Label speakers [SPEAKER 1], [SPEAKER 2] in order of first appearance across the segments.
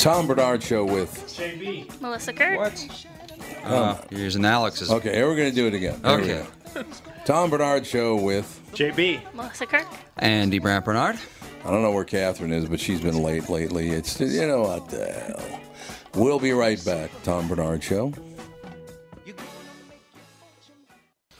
[SPEAKER 1] Tom Bernard show with. um,
[SPEAKER 2] Melissa Kirk.
[SPEAKER 3] Uh, yours and Alex's.
[SPEAKER 1] Okay, here we're gonna do it again. Here we
[SPEAKER 3] Okay.
[SPEAKER 1] go. Tom Bernard show with.
[SPEAKER 4] JB.
[SPEAKER 2] Melissa Kirk.
[SPEAKER 3] Andy Brant Bernard.
[SPEAKER 1] I don't know where Catherine is, but she's been late lately. It's you know what the hell. We'll be right back. Tom Bernard show.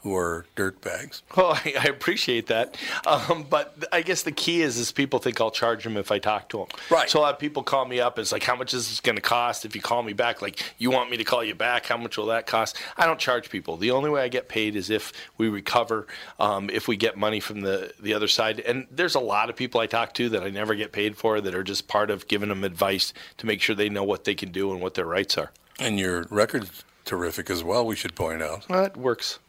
[SPEAKER 1] who are dirtbags.
[SPEAKER 4] Well, I, I appreciate that, um, but th- I guess the key is is people think I'll charge them if I talk to them.
[SPEAKER 1] Right.
[SPEAKER 4] So a lot of people call me up. It's like, how much is this going to cost if you call me back? Like, you want me to call you back? How much will that cost? I don't charge people. The only way I get paid is if we recover, um, if we get money from the the other side. And there's a lot of people I talk to that I never get paid for that are just part of giving them advice to make sure they know what they can do and what their rights are.
[SPEAKER 1] And your record's terrific as well, we should point out.
[SPEAKER 4] Well, it works.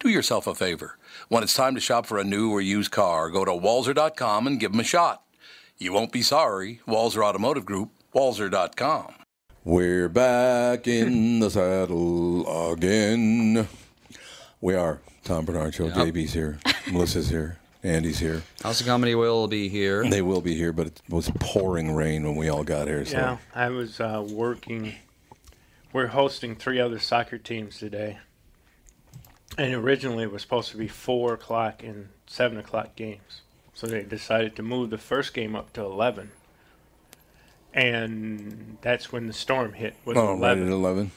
[SPEAKER 1] Do yourself a favor. When it's time to shop for a new or used car, go to walzer.com and give them a shot. You won't be sorry. Walzer Automotive Group, walzer.com. We're back in the saddle again. We are. Tom Bernard Show. JB's here. Melissa's here. Andy's here.
[SPEAKER 3] House of Comedy will be here.
[SPEAKER 1] They will be here, but it was pouring rain when we all got here. So.
[SPEAKER 5] Yeah, I was uh, working. We're hosting three other soccer teams today, and originally it was supposed to be four o'clock and seven o'clock games. So they decided to move the first game up to eleven, and that's when the storm hit. Was
[SPEAKER 1] Oh, right at
[SPEAKER 5] eleven?
[SPEAKER 1] 11.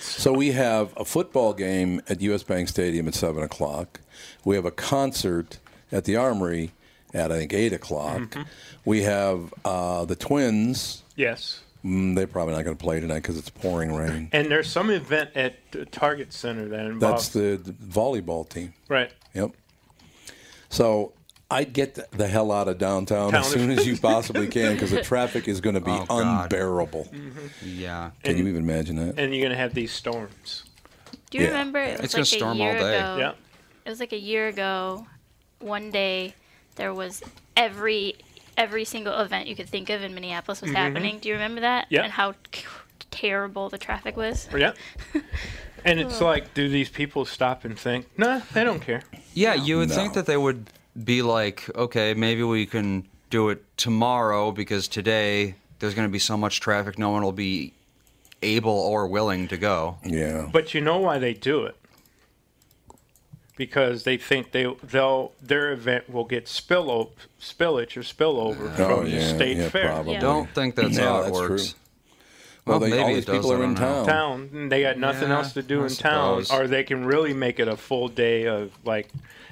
[SPEAKER 1] So we have a football game at US Bank Stadium at 7 o'clock. We have a concert at the Armory at, I think, 8 o'clock.
[SPEAKER 5] Mm-hmm.
[SPEAKER 1] We have uh, the Twins.
[SPEAKER 5] Yes.
[SPEAKER 1] Mm, they're probably not going to play tonight because it's pouring rain.
[SPEAKER 5] And there's some event at the Target Center that
[SPEAKER 1] That's
[SPEAKER 5] involves
[SPEAKER 1] the the volleyball team.
[SPEAKER 5] right.
[SPEAKER 1] Yep. So I'd get th- the hell out of downtown as
[SPEAKER 5] Town.
[SPEAKER 1] soon as you possibly can because the traffic is going to be
[SPEAKER 3] Oh, God.
[SPEAKER 1] unbearable.
[SPEAKER 5] Mm-hmm.
[SPEAKER 3] Yeah.
[SPEAKER 1] Can you even imagine that?
[SPEAKER 5] And you're gonna have these storms.
[SPEAKER 2] Do you
[SPEAKER 1] Yeah.
[SPEAKER 2] remember? It was
[SPEAKER 3] It's gonna
[SPEAKER 2] like
[SPEAKER 3] storm
[SPEAKER 2] a
[SPEAKER 3] all
[SPEAKER 2] year
[SPEAKER 3] day.
[SPEAKER 2] Ago,
[SPEAKER 5] Yeah.
[SPEAKER 2] It was like a year ago. One day, there was every every single event you could think of in Minneapolis was happening. Do you remember that?
[SPEAKER 5] Yeah.
[SPEAKER 2] And how c- terrible the traffic was.
[SPEAKER 5] Yeah. And it's like, do these people stop and think? Nah, they don't care.
[SPEAKER 3] Yeah, you would
[SPEAKER 1] No.
[SPEAKER 3] think that they would be like, okay, maybe we can do it tomorrow because today there's going to be so much traffic, no one will be able or willing to go.
[SPEAKER 1] Yeah.
[SPEAKER 5] But you know why they do it? Because they think they they'll their event will get spill o- spillage or spillover
[SPEAKER 1] Oh,
[SPEAKER 5] from the
[SPEAKER 1] yeah,
[SPEAKER 5] state
[SPEAKER 1] yeah,
[SPEAKER 5] fair
[SPEAKER 1] probably.
[SPEAKER 2] Yeah.
[SPEAKER 3] Don't think that's
[SPEAKER 1] Yeah,
[SPEAKER 3] how it
[SPEAKER 1] that's
[SPEAKER 3] works.
[SPEAKER 1] true. Well,
[SPEAKER 3] Well,
[SPEAKER 1] they, all
[SPEAKER 3] maybe
[SPEAKER 1] these
[SPEAKER 3] it does,
[SPEAKER 1] people
[SPEAKER 3] I
[SPEAKER 1] are
[SPEAKER 3] don't
[SPEAKER 1] in
[SPEAKER 3] know.
[SPEAKER 1] town.
[SPEAKER 5] town. and They got nothing
[SPEAKER 3] Yeah,
[SPEAKER 5] else to do
[SPEAKER 3] I
[SPEAKER 5] in town,
[SPEAKER 3] suppose.
[SPEAKER 5] or they can really make it a full day of like,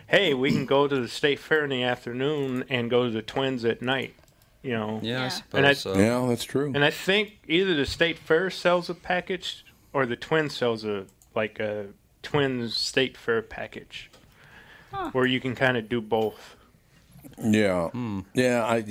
[SPEAKER 5] hey, we can go to the state fair in the afternoon and go to the twins at night. You know.
[SPEAKER 3] Yeah, I
[SPEAKER 2] Yeah.
[SPEAKER 3] suppose
[SPEAKER 5] And I-
[SPEAKER 3] so.
[SPEAKER 1] Yeah, that's true.
[SPEAKER 5] And I think either the state fair sells a package or the twin sells a like a twin state fair package, where you can kind of do both.
[SPEAKER 1] Yeah, yeah. I,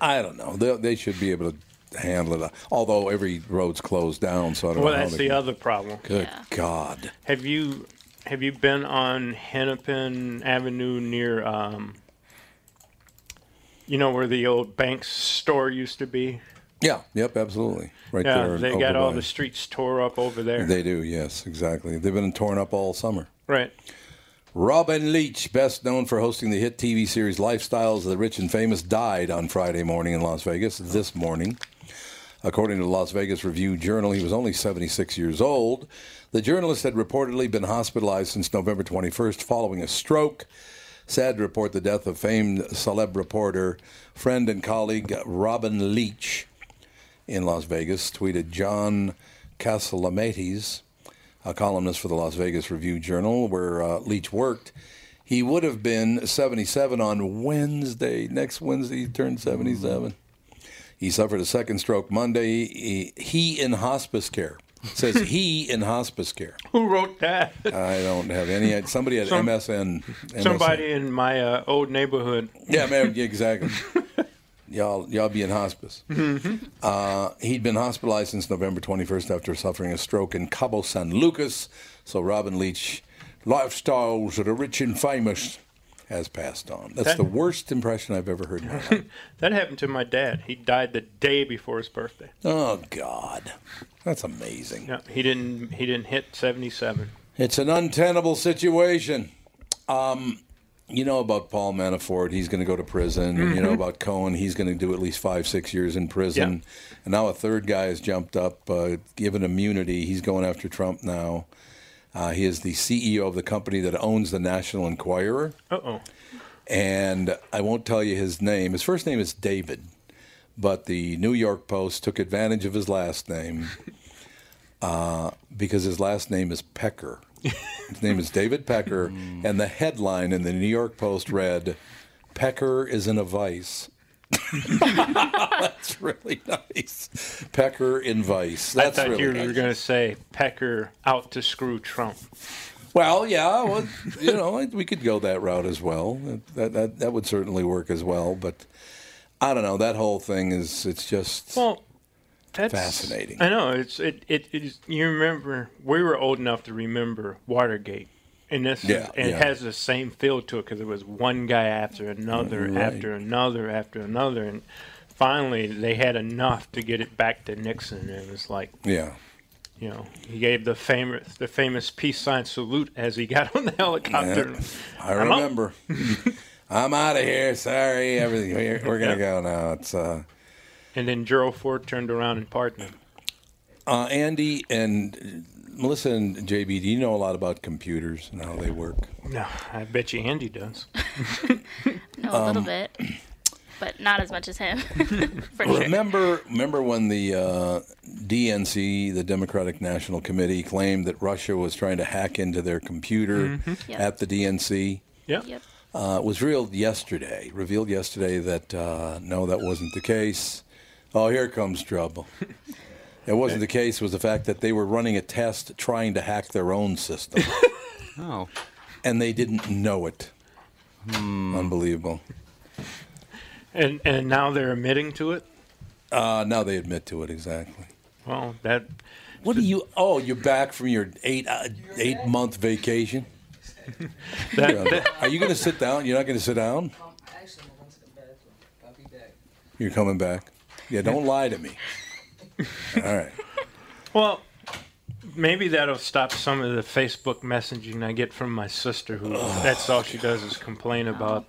[SPEAKER 1] I don't know. They, they should be able to handle it. Although every road's closed down, so I don't
[SPEAKER 5] Well,
[SPEAKER 1] know. how
[SPEAKER 5] that's
[SPEAKER 1] they
[SPEAKER 5] the
[SPEAKER 1] can-
[SPEAKER 5] other problem.
[SPEAKER 1] Good
[SPEAKER 2] Yeah.
[SPEAKER 1] God!
[SPEAKER 5] Have you have you been on Hennepin Avenue near um, you know where the old Banks store used to be?
[SPEAKER 1] Yeah. Yep. Absolutely. Right
[SPEAKER 5] Yeah,
[SPEAKER 1] there.
[SPEAKER 5] they got all
[SPEAKER 1] overlay.
[SPEAKER 5] the streets tore up over there.
[SPEAKER 1] They do. Yes. Exactly. They've been torn up all summer.
[SPEAKER 5] right.
[SPEAKER 1] Robin Leach, best known for hosting the hit TV series Lifestyles of the Rich and Famous, died on Friday morning in Las Vegas this morning. According to the Las Vegas Review Journal, he was only 76 years old. The journalist had reportedly been hospitalized since November 21st following a stroke. Sad to report the death of famed celeb reporter, friend, and colleague Robin Leach in Las Vegas, tweeted John Castellamates, a columnist for the Las Vegas Review Journal, where uh, Leach worked. He would have been 77 on Wednesday. Next Wednesday, he turned 77. He suffered a second stroke Monday. He, he in hospice care. Says he in hospice care.
[SPEAKER 5] Who wrote that?
[SPEAKER 1] I don't have any. Somebody at
[SPEAKER 5] Some-
[SPEAKER 1] MSN.
[SPEAKER 5] Somebody in my uh, old neighborhood.
[SPEAKER 1] Yeah, man, yeah, exactly. y'all, y'all be in hospice.
[SPEAKER 6] Mm-hmm.
[SPEAKER 1] Uh, he'd been hospitalized since November 21st after suffering a stroke in Cabo San Lucas. So Robin Leach, lifestyles that are rich and famous, has passed on. That's
[SPEAKER 5] That-
[SPEAKER 1] the worst impression I've ever heard. In my life.
[SPEAKER 5] That happened to my dad. He died the day before his birthday.
[SPEAKER 1] oh God, that's amazing.
[SPEAKER 5] No, he didn't. He didn't hit seventy-seven.
[SPEAKER 1] It's an untenable situation. Um, you know about Paul Manafort, he's going to go to prison. And you know about Cohen, he's going to do at least five, six years in prison. And now a third guy has jumped up, uh, given immunity. He's going after Trump now. Uh, he is the CEO of the company that owns the National Enquirer
[SPEAKER 5] Uh oh.
[SPEAKER 1] and I won't tell you his name. His first name is David, but the New York Post took advantage of his last name uh, because his last name is Pecker. His name is David Pecker,
[SPEAKER 5] Hmm.
[SPEAKER 1] and the headline in the New York Post read, "Pecker is in a vice." That's really nice. Pecker in vice.
[SPEAKER 5] I
[SPEAKER 1] That's
[SPEAKER 5] thought
[SPEAKER 1] really
[SPEAKER 5] you
[SPEAKER 1] nice.
[SPEAKER 5] were going to say Pecker out to screw Trump.
[SPEAKER 1] Well, yeah, well, you know, we could go that route as well. That, that that would certainly work as well. But I don't know. That whole thing is it's just
[SPEAKER 5] Well, that's
[SPEAKER 1] Fascinating.
[SPEAKER 5] I know it's it it is. You remember we were old enough to remember Watergate, and this is-
[SPEAKER 1] Yeah,
[SPEAKER 5] and it
[SPEAKER 1] yeah.
[SPEAKER 5] has the same feel to it because it was one guy after another
[SPEAKER 1] Mm-hmm.
[SPEAKER 5] after another after another, and finally they had enough to get it back to Nixon. It was like
[SPEAKER 1] yeah.
[SPEAKER 5] you know he gave the famous the famous peace sign salute as he got on the helicopter.
[SPEAKER 1] Yeah. I
[SPEAKER 5] I'm out.
[SPEAKER 1] remember. I'm out of here. Sorry, everything. We're, we're gonna go now. It's uh,
[SPEAKER 5] And then Gerald Ford turned around and pardoned him.
[SPEAKER 1] uh, Andy and uh, Melissa and JB. Do you know a lot about computers and how they work?
[SPEAKER 5] No, I bet you Andy does.
[SPEAKER 2] No, a
[SPEAKER 3] Um,
[SPEAKER 2] little bit, but not as much as him. For sure.
[SPEAKER 1] Remember, remember when the uh, DNC, the Democratic National Committee, claimed that Russia was trying to hack into their computer
[SPEAKER 2] Mm-hmm. Yeah.
[SPEAKER 1] at the DNC.
[SPEAKER 5] Yeah.
[SPEAKER 2] Yep.
[SPEAKER 1] Uh, it was revealed yesterday. Revealed yesterday that uh, no, that wasn't the case. Oh, here comes trouble. It wasn't the case. Was the fact that they were running a test trying to hack their own system,
[SPEAKER 3] Oh,
[SPEAKER 1] and they didn't know it.
[SPEAKER 2] Hmm.
[SPEAKER 1] Unbelievable.
[SPEAKER 5] And and now they're admitting to it.
[SPEAKER 1] Uh, now they admit to it exactly.
[SPEAKER 5] Well, that
[SPEAKER 1] What do you? Oh, you're back from your eight uh, eight month vacation.
[SPEAKER 5] that,
[SPEAKER 1] Yeah. Are you going to sit down? You're not going to sit down.
[SPEAKER 7] Um, actually, I went to the bathroom. I'll be back.
[SPEAKER 1] You're coming back. Yeah, don't lie to me. All right.
[SPEAKER 5] well, maybe that'll stop some of the Facebook messaging I get from my sister, who that's all she does is complain about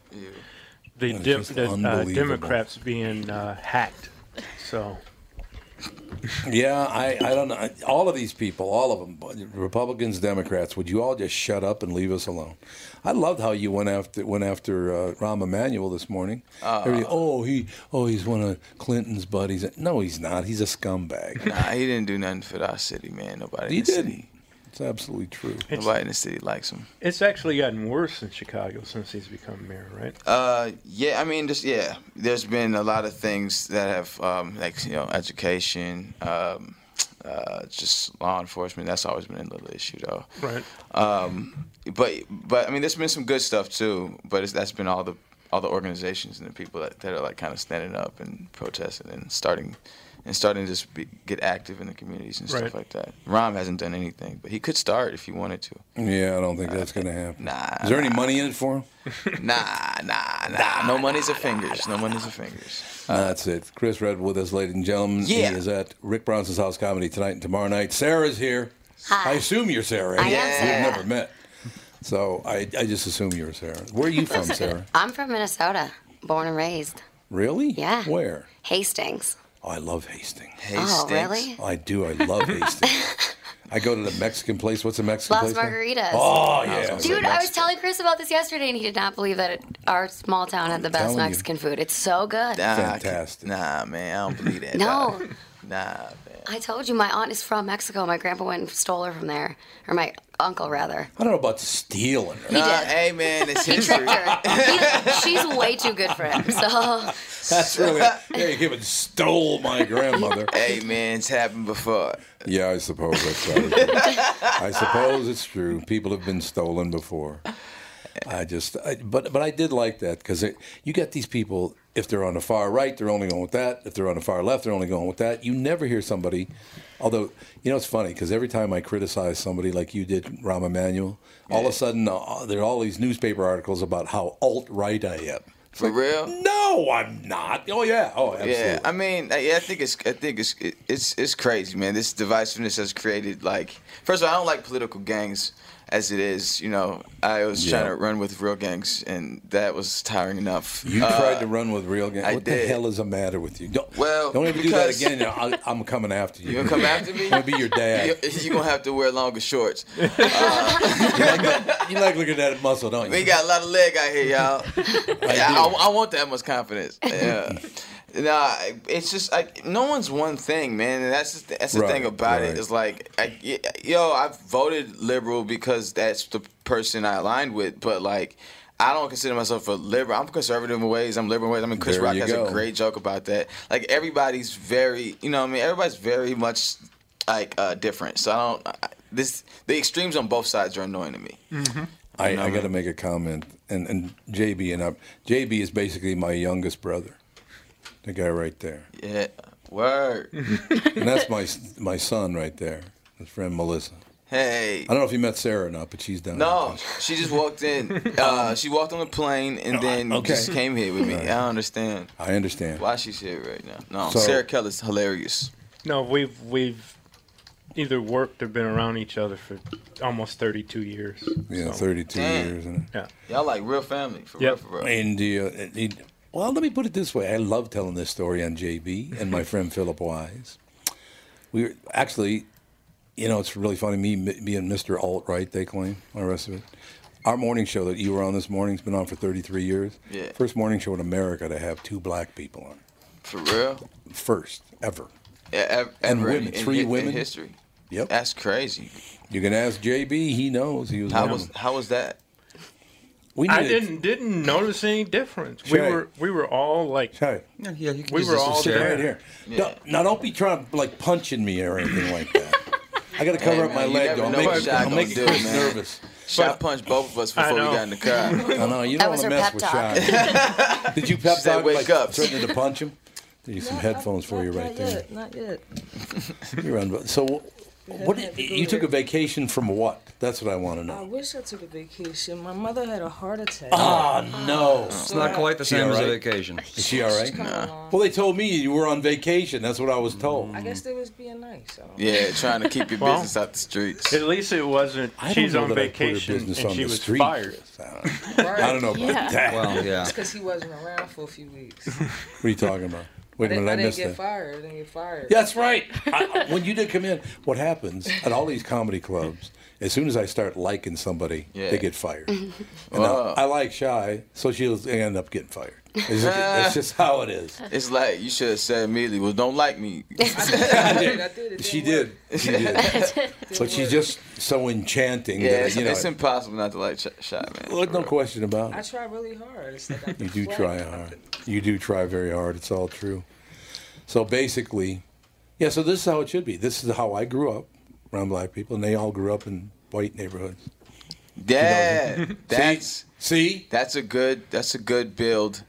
[SPEAKER 1] That
[SPEAKER 5] the,
[SPEAKER 1] is
[SPEAKER 5] de-
[SPEAKER 1] just
[SPEAKER 5] the uh,
[SPEAKER 1] unbelievable.
[SPEAKER 5] Democrats being uh, hacked. So
[SPEAKER 1] Yeah, I, I don't know. I- All of these people, all of them, Republicans, Democrats, would you all just shut up and leave us alone? I loved how you went after went after uh, Rahm Emanuel this morning.
[SPEAKER 6] Uh-uh.
[SPEAKER 1] Everybody, oh, he oh he's one of Clinton's buddies. No, he's not. He's a scumbag.
[SPEAKER 6] Nah, he didn't do nothing for our city, man. Nobody
[SPEAKER 1] he
[SPEAKER 6] in the
[SPEAKER 1] didn't.
[SPEAKER 6] city.
[SPEAKER 1] It's absolutely true.
[SPEAKER 6] Nobody in the city likes him.
[SPEAKER 5] It's actually gotten worse in Chicago since he's become mayor, right?
[SPEAKER 6] Uh, yeah, I mean, just yeah. There's been a lot of things that have, um, like you know, education, um, uh, just law enforcement. That's always been a little issue, though.
[SPEAKER 5] Right.
[SPEAKER 6] Um, but but I mean, there's been some good stuff too. But it's, that's been all the all the organizations and the people that, that are like kind of standing up and protesting and starting and starting to just be, get active in the communities and stuff
[SPEAKER 5] Right.
[SPEAKER 6] like that. Rom hasn't done anything, but he could start if he wanted to.
[SPEAKER 1] Yeah, I don't think that's going to happen.
[SPEAKER 6] Nah,
[SPEAKER 1] Is there any money in it for him?
[SPEAKER 6] Nah, nah, nah. No money's a fingers. No money's a fingers.
[SPEAKER 1] Uh, That's it. Chris Red with us, ladies and gentlemen.
[SPEAKER 6] Yeah.
[SPEAKER 1] He is at Rick Bronson's House Comedy tonight and tomorrow night. Sarah's here.
[SPEAKER 8] Hi.
[SPEAKER 1] I assume you're Sarah.
[SPEAKER 8] I am Sarah.
[SPEAKER 1] We've never met. So I, I just assume you're Sarah. Where are you from, Sarah?
[SPEAKER 8] I'm from Minnesota, born and raised.
[SPEAKER 1] Really?
[SPEAKER 8] Yeah.
[SPEAKER 1] Where?
[SPEAKER 8] Hastings.
[SPEAKER 1] Oh, I love Hastings.
[SPEAKER 6] Hey,
[SPEAKER 8] Oh,
[SPEAKER 6] Stinks.
[SPEAKER 8] really?
[SPEAKER 1] I do. I love Hastings. I go to the Mexican place. What's the Mexican
[SPEAKER 8] Las
[SPEAKER 1] place? now?
[SPEAKER 8] Margaritas.
[SPEAKER 1] Oh, yeah.
[SPEAKER 8] Dude, I was telling Chris about this yesterday, and he did not believe that it, our small town had the best
[SPEAKER 1] telling you.
[SPEAKER 8] Mexican food. It's so good.
[SPEAKER 6] Nah, I can't-
[SPEAKER 1] Fantastic.
[SPEAKER 6] Nah, man, I don't believe that.
[SPEAKER 8] No.
[SPEAKER 6] dog. Nah, man.
[SPEAKER 8] I told you my aunt is from Mexico. My grandpa went and stole her from there, or my uncle rather.
[SPEAKER 1] I don't know about stealing her.
[SPEAKER 8] He
[SPEAKER 6] Nah,
[SPEAKER 8] did.
[SPEAKER 6] hey, man, it's
[SPEAKER 8] He
[SPEAKER 6] history.
[SPEAKER 8] tricked her. He- she's way too good for him. So
[SPEAKER 1] That's really. Yeah, you even stole my grandmother.
[SPEAKER 6] hey, man, it's happened before.
[SPEAKER 1] Yeah, I suppose that's right. I suppose it's true. People have been stolen before. I just, I, but but I did like that because you get these people. If they're on the far right, they're only going with that. If they're on the far left, they're only going with that. You never hear somebody. Although you know it's funny because every time I criticize somebody like you did, Rahm Emanuel, all of a sudden uh, there are all these newspaper articles about how alt right I am.
[SPEAKER 6] For real?
[SPEAKER 1] No, I'm not. Oh yeah. Oh, absolutely.
[SPEAKER 6] Yeah, I mean, I, yeah, I think it's, I think it's, it, it's, it's crazy, man. This divisiveness has created like, first of all, I don't like political gangs as it is. You know, I was
[SPEAKER 1] Yeah.
[SPEAKER 6] trying to run with real gangs, and that was tiring enough.
[SPEAKER 1] You
[SPEAKER 6] Uh,
[SPEAKER 1] tried to run with real gang.
[SPEAKER 6] I
[SPEAKER 1] what the
[SPEAKER 6] did.
[SPEAKER 1] hell is the matter with you? Don't,
[SPEAKER 6] Well,
[SPEAKER 1] don't ever do that
[SPEAKER 6] because-
[SPEAKER 1] again. I'll, I'm coming after you.
[SPEAKER 6] You gonna come after me?
[SPEAKER 1] I'm gonna be your dad.
[SPEAKER 6] You- You're gonna have to wear longer shorts.
[SPEAKER 1] you, like that- you like looking at that muscle, don't you?
[SPEAKER 6] We got a lot of leg out here, y'all. Yeah, I, I want that much confidence. Yeah. Nah, it's just like no one's one thing, man. And that's the, that's the
[SPEAKER 1] Right,
[SPEAKER 6] thing about
[SPEAKER 1] right.
[SPEAKER 6] it. It's like, I, y- yo, I voted liberal because that's the person I aligned with. But like, I don't consider myself a liberal. I'm conservative in ways. I'm liberal in ways. I mean, Chris
[SPEAKER 1] There
[SPEAKER 6] Rock
[SPEAKER 1] you
[SPEAKER 6] has
[SPEAKER 1] go.
[SPEAKER 6] a great joke about that. Like everybody's very, you know, what I mean, everybody's very much like uh, different. So I don't. I, this the extremes on both sides are annoying to me.
[SPEAKER 1] I, I got to make a comment, and and JB and I, JB is basically my youngest brother, the guy right there,
[SPEAKER 6] Yeah, word.
[SPEAKER 1] and that's my my son right there, his friend Melissa.
[SPEAKER 6] Hey.
[SPEAKER 1] I don't know if you met Sarah or not, but she's down.
[SPEAKER 6] No, she just walked in. Uh, she walked on the plane and then
[SPEAKER 1] okay.
[SPEAKER 6] just came here with me. I don't understand
[SPEAKER 1] I understand.
[SPEAKER 6] why she's here right now. No,
[SPEAKER 1] So-
[SPEAKER 6] Sarah Keller's hilarious.
[SPEAKER 5] No, we've we've either worked or been around each other for almost 32 years.
[SPEAKER 1] Yeah,
[SPEAKER 5] So,
[SPEAKER 1] 32
[SPEAKER 6] Damn.
[SPEAKER 1] years. And,
[SPEAKER 5] Yeah.
[SPEAKER 6] Y'all like real family for
[SPEAKER 5] Yep.
[SPEAKER 6] real, for real.
[SPEAKER 1] India. It, uh, well, let me put it this way: I love telling this story on JB and my friend Philip Wise. We were actually, you know, it's really funny. Me, me and Mr. Alt Right, they claim all the rest of it. Our morning show that you were on this morning's been on for 33 years.
[SPEAKER 6] Yeah.
[SPEAKER 1] First morning show in America to have two black people on. it.
[SPEAKER 6] For real.
[SPEAKER 1] First ever.
[SPEAKER 6] Yeah, ev-
[SPEAKER 1] And
[SPEAKER 6] ever in-
[SPEAKER 1] women,
[SPEAKER 6] in
[SPEAKER 1] three
[SPEAKER 6] hi- in
[SPEAKER 1] women?
[SPEAKER 6] history.
[SPEAKER 1] Yep.
[SPEAKER 6] That's crazy.
[SPEAKER 1] you can ask JB. He knows. He was.
[SPEAKER 6] How
[SPEAKER 1] one of
[SPEAKER 6] was
[SPEAKER 1] them.
[SPEAKER 6] how was that?
[SPEAKER 1] We
[SPEAKER 5] I
[SPEAKER 1] needed-
[SPEAKER 5] didn't didn't notice any difference.
[SPEAKER 1] Shay.
[SPEAKER 5] We were we were all like
[SPEAKER 1] Hey,
[SPEAKER 3] Yeah, yeah, you can
[SPEAKER 5] We
[SPEAKER 3] use
[SPEAKER 5] were
[SPEAKER 3] this
[SPEAKER 5] all
[SPEAKER 3] instead.
[SPEAKER 5] there.
[SPEAKER 1] right here. Don't- now don't be trying to like punching me or anything like that. I got to cover
[SPEAKER 6] Hey,
[SPEAKER 1] up my
[SPEAKER 6] man, you
[SPEAKER 1] leg.
[SPEAKER 6] never
[SPEAKER 1] though. I'll
[SPEAKER 6] know
[SPEAKER 1] make,
[SPEAKER 6] what
[SPEAKER 1] it-
[SPEAKER 6] Shaq
[SPEAKER 1] I'll
[SPEAKER 6] gonna
[SPEAKER 1] make it
[SPEAKER 6] do,
[SPEAKER 1] Chris
[SPEAKER 6] man.
[SPEAKER 1] nervous.
[SPEAKER 6] Shot punched both of us before we
[SPEAKER 5] know.
[SPEAKER 6] got in the car.
[SPEAKER 1] I know you
[SPEAKER 8] That
[SPEAKER 1] don't want
[SPEAKER 8] was
[SPEAKER 1] to
[SPEAKER 8] her
[SPEAKER 1] mess
[SPEAKER 8] pep
[SPEAKER 1] with
[SPEAKER 8] talk.
[SPEAKER 1] Shaq. Did you pep
[SPEAKER 6] said,
[SPEAKER 1] talk?
[SPEAKER 6] "Wake
[SPEAKER 1] like,
[SPEAKER 6] up."
[SPEAKER 1] Threatening to punch him. There's some headphones for you right there.
[SPEAKER 7] Not yet.
[SPEAKER 1] You're on. So What did- you took a vacation from what? That's what I want to know.
[SPEAKER 7] I wish I took a vacation. My mother had a heart attack.
[SPEAKER 1] Ah, no.
[SPEAKER 7] It's not quite the
[SPEAKER 1] She
[SPEAKER 3] same
[SPEAKER 1] all
[SPEAKER 3] as a
[SPEAKER 1] right?
[SPEAKER 3] vacation.
[SPEAKER 1] Is she all right? Well, they told me you were on vacation. That's what I was told.
[SPEAKER 7] I guess they was being nice. I don't
[SPEAKER 6] Yeah, trying to keep your
[SPEAKER 1] Well,
[SPEAKER 6] business out the streets.
[SPEAKER 5] At least it wasn't.
[SPEAKER 6] I don't
[SPEAKER 5] She's
[SPEAKER 6] know
[SPEAKER 5] on
[SPEAKER 6] that I put her
[SPEAKER 5] vacation and
[SPEAKER 6] business on
[SPEAKER 5] she
[SPEAKER 6] the
[SPEAKER 5] was
[SPEAKER 6] street.
[SPEAKER 5] fired.
[SPEAKER 1] I don't know about
[SPEAKER 7] Yeah.
[SPEAKER 1] that.
[SPEAKER 7] Well, It's because he wasn't around for a few weeks.
[SPEAKER 1] What are you talking about? Wait a
[SPEAKER 7] I
[SPEAKER 1] minute, I,
[SPEAKER 7] didn't,
[SPEAKER 1] missed
[SPEAKER 7] didn't get
[SPEAKER 1] that.
[SPEAKER 7] fired. I didn't get fired.
[SPEAKER 1] Yeah, that's right. I, I- when you did come in, what happens at all these comedy clubs? As soon as I start liking somebody, they get fired.
[SPEAKER 6] Mm.
[SPEAKER 1] And now, I like shy, so she'll end up getting fired. It's just, that's just how it is.
[SPEAKER 6] It's like you should have said immediately, "Well, don't like me."
[SPEAKER 1] She did. She did. but she's just so enchanting.
[SPEAKER 6] Yeah,
[SPEAKER 1] that,
[SPEAKER 6] it's,
[SPEAKER 1] you know,
[SPEAKER 6] it's impossible not to like Sh- Shy Man.
[SPEAKER 1] Look, no question about
[SPEAKER 7] I
[SPEAKER 1] it.
[SPEAKER 7] try really hard. It's like I
[SPEAKER 1] You do
[SPEAKER 7] deflect.
[SPEAKER 1] try hard. You do try very hard. It's all true. So basically, yeah. So this is how it should be. This is how I grew up around black people, and they all grew up in white neighborhoods.
[SPEAKER 6] Yeah,
[SPEAKER 1] See?
[SPEAKER 6] that's
[SPEAKER 1] see,
[SPEAKER 6] that's a good that's a good build.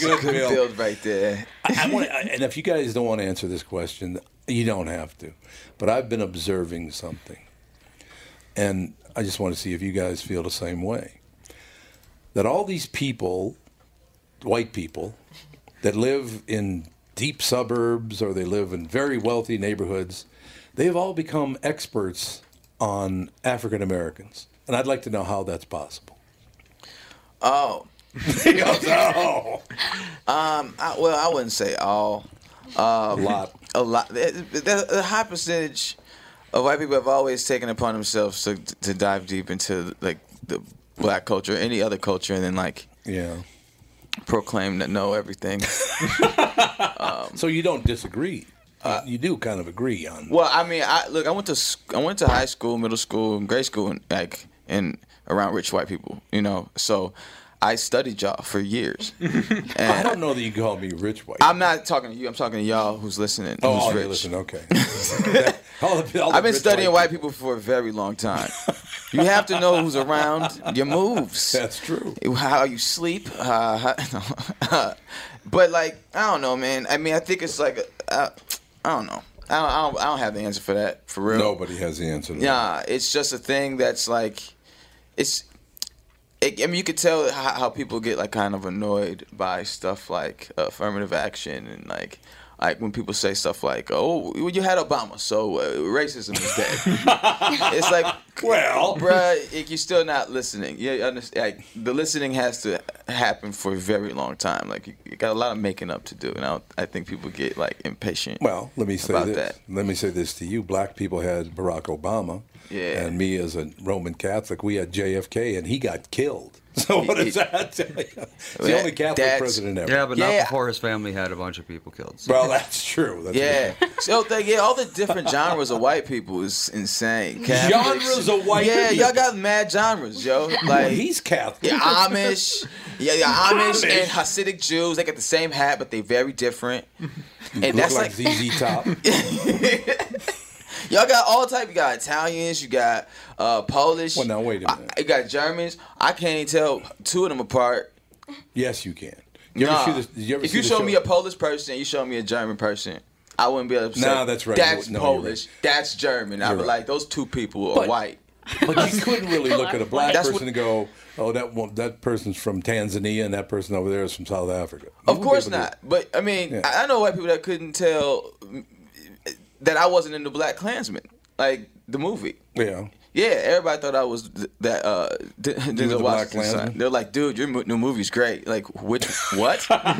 [SPEAKER 1] good
[SPEAKER 6] build. right there.
[SPEAKER 1] I, I want, and if you guys don't want to answer this question, you don't have to. But I've been observing something, and I just want to see if you guys feel the same way. That all these people, white people, that live in deep suburbs or they live in very wealthy neighborhoods, they've all become experts on African Americans, and I'd like to know how that's possible.
[SPEAKER 6] Oh.
[SPEAKER 1] He goes, "Oh."
[SPEAKER 6] Um, I, well, I wouldn't say all. Um,
[SPEAKER 1] A lot.
[SPEAKER 6] A lot. The, the- the high percentage of white people have always taken upon themselves to, to dive deep into like the black culture, any other culture, and then like
[SPEAKER 1] yeah,
[SPEAKER 6] proclaim that know everything. Um,
[SPEAKER 1] so you don't disagree? Uh, you do kind of agree on
[SPEAKER 6] Well, I mean, I look. I went to sc- I went to high school, middle school, and grade school, and like and around rich white people, you know. So I studied y'all for years.
[SPEAKER 1] I don't know that you call me rich white.
[SPEAKER 6] I'm not talking to you. I'm talking to y'all who's listening.
[SPEAKER 1] Oh,
[SPEAKER 6] who's
[SPEAKER 1] all you
[SPEAKER 6] rich.
[SPEAKER 1] listen, okay. all the
[SPEAKER 6] I've been
[SPEAKER 1] rich
[SPEAKER 6] studying
[SPEAKER 1] white
[SPEAKER 6] white people. for a very long time. you have to know who's around, your moves. That's
[SPEAKER 1] true.
[SPEAKER 6] How you sleep. Uh, how, but like, I don't know, man. I mean, I think it's like, uh, I don't know. I don't, I, don't, I don't have the answer for that, for real.
[SPEAKER 1] Nobody has the answer to that.
[SPEAKER 6] Yeah, it's just a thing that's like, it's. It, I mean, you could tell how, how people get like kind of annoyed by stuff like affirmative action and like, like when people say stuff like, "Oh, well, you had Obama, so uh, racism is dead." it's like,
[SPEAKER 1] well,
[SPEAKER 6] bruh, like, you're still not listening. You understand? Like, the listening has to happen for a very long time. Like, you, you got a lot of making up to do, and I, don't- I think people get like impatient.
[SPEAKER 1] Well, let me say
[SPEAKER 6] about
[SPEAKER 1] this.
[SPEAKER 6] that.
[SPEAKER 1] Let me say this to you. Black people had Barack Obama.
[SPEAKER 6] Yeah.
[SPEAKER 1] And me as a Roman Catholic, we had JFK, and he got killed. So what does that tell you? It's the only Catholic president ever.
[SPEAKER 3] Yeah, but not before his family had a bunch of people killed. so.
[SPEAKER 1] Well, that's true. That's
[SPEAKER 6] yeah. So they, yeah, all the different genres of white people is insane.
[SPEAKER 1] Genres of white
[SPEAKER 6] Yeah,
[SPEAKER 1] people.
[SPEAKER 6] y'all got mad genres, yo. Like
[SPEAKER 1] he's Catholic.
[SPEAKER 6] Yeah, Amish. Yeah, yeah, Amish,
[SPEAKER 1] Amish.
[SPEAKER 6] and Hasidic Jews. They got the same hat, but they very different. And
[SPEAKER 1] Look
[SPEAKER 6] that's
[SPEAKER 1] like
[SPEAKER 6] like,
[SPEAKER 1] ZZ Top.
[SPEAKER 6] y'all got all type. You got Italians. You got uh, Polish. Well, now
[SPEAKER 1] wait
[SPEAKER 6] a minute. you got Germans. I can't even tell two of them apart.
[SPEAKER 1] Yes, you can. You ever
[SPEAKER 6] nah.
[SPEAKER 1] see this- you ever
[SPEAKER 6] if
[SPEAKER 1] see
[SPEAKER 6] you
[SPEAKER 1] the
[SPEAKER 6] show
[SPEAKER 1] show-
[SPEAKER 6] me a Polish person, you show me a German person. I wouldn't be upset.
[SPEAKER 1] Nah, that's right.
[SPEAKER 6] That's
[SPEAKER 1] No, you're right.
[SPEAKER 6] Polish. That's German. I'd
[SPEAKER 1] You're
[SPEAKER 6] be
[SPEAKER 1] right.
[SPEAKER 6] like, those two people are
[SPEAKER 1] But-
[SPEAKER 6] white.
[SPEAKER 1] But you couldn't really look at a black
[SPEAKER 6] That's what-
[SPEAKER 1] person and go, "Oh, that one, that person's from Tanzania, and that person over there is from South Africa." You
[SPEAKER 6] Of
[SPEAKER 1] wouldn't be
[SPEAKER 6] course
[SPEAKER 1] able to-
[SPEAKER 6] not. But I mean,
[SPEAKER 1] Yeah.
[SPEAKER 6] I I know white people that couldn't tell mm, that I wasn't in the Black Klansman, like the movie.
[SPEAKER 1] Yeah.
[SPEAKER 6] Yeah, everybody thought I was th- that uh, D- Denzel
[SPEAKER 1] the Black
[SPEAKER 6] Washington's son.
[SPEAKER 1] Klansman?
[SPEAKER 6] They're like, dude, your mo- new movie's great. Like, which what? when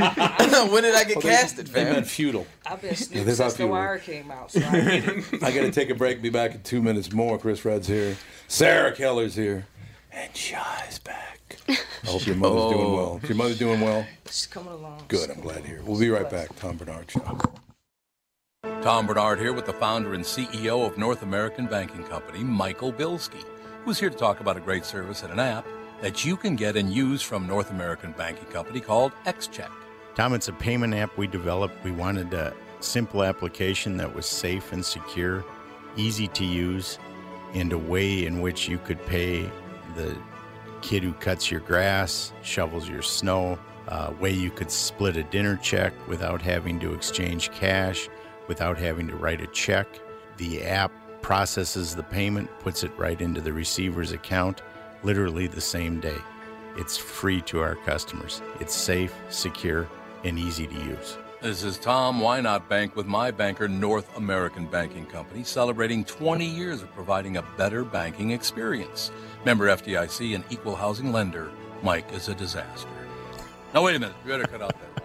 [SPEAKER 6] did I get
[SPEAKER 1] Oh, they-
[SPEAKER 6] casted,
[SPEAKER 1] They
[SPEAKER 6] fam?
[SPEAKER 1] meant feudal.
[SPEAKER 7] I've been
[SPEAKER 1] Yeah,
[SPEAKER 7] snooping
[SPEAKER 1] this how
[SPEAKER 7] since The
[SPEAKER 1] people-
[SPEAKER 7] Wire came out. So I get it.
[SPEAKER 1] I got to take a break. Be back in two minutes more. Chris Rudd's here. Sarah Keller's here. And Shy's back. I hope your mother's doing
[SPEAKER 6] Oh.
[SPEAKER 1] well. Is your mother's doing well?
[SPEAKER 7] She's coming along.
[SPEAKER 1] Good. I'm glad to hear. it. We'll be right back. Tom Bernard Show.
[SPEAKER 4] Tom Bernard here with the founder and CEO of North American Banking Company, Michael Bilski, who's here to talk about a great service and an app that you can get and use from North American Banking Company called XCheck.
[SPEAKER 9] Tom, it's a payment app we developed. We wanted a simple application that was safe and secure, easy to use, and a way in which you could pay the kid who cuts your grass, shovels your snow, a way you could split a dinner check without having to exchange cash, without having to write a check. the app processes the payment, puts it right into the receiver's account literally the same day. It's free to our customers. It's safe, secure, and easy to use.
[SPEAKER 1] This is Tom Wynot Bank with my banker, North American Banking Company, celebrating 20 years of providing a better banking experience. Member FDIC and equal housing lender, Mike is a disaster. Now, wait a minute. You better cut out that.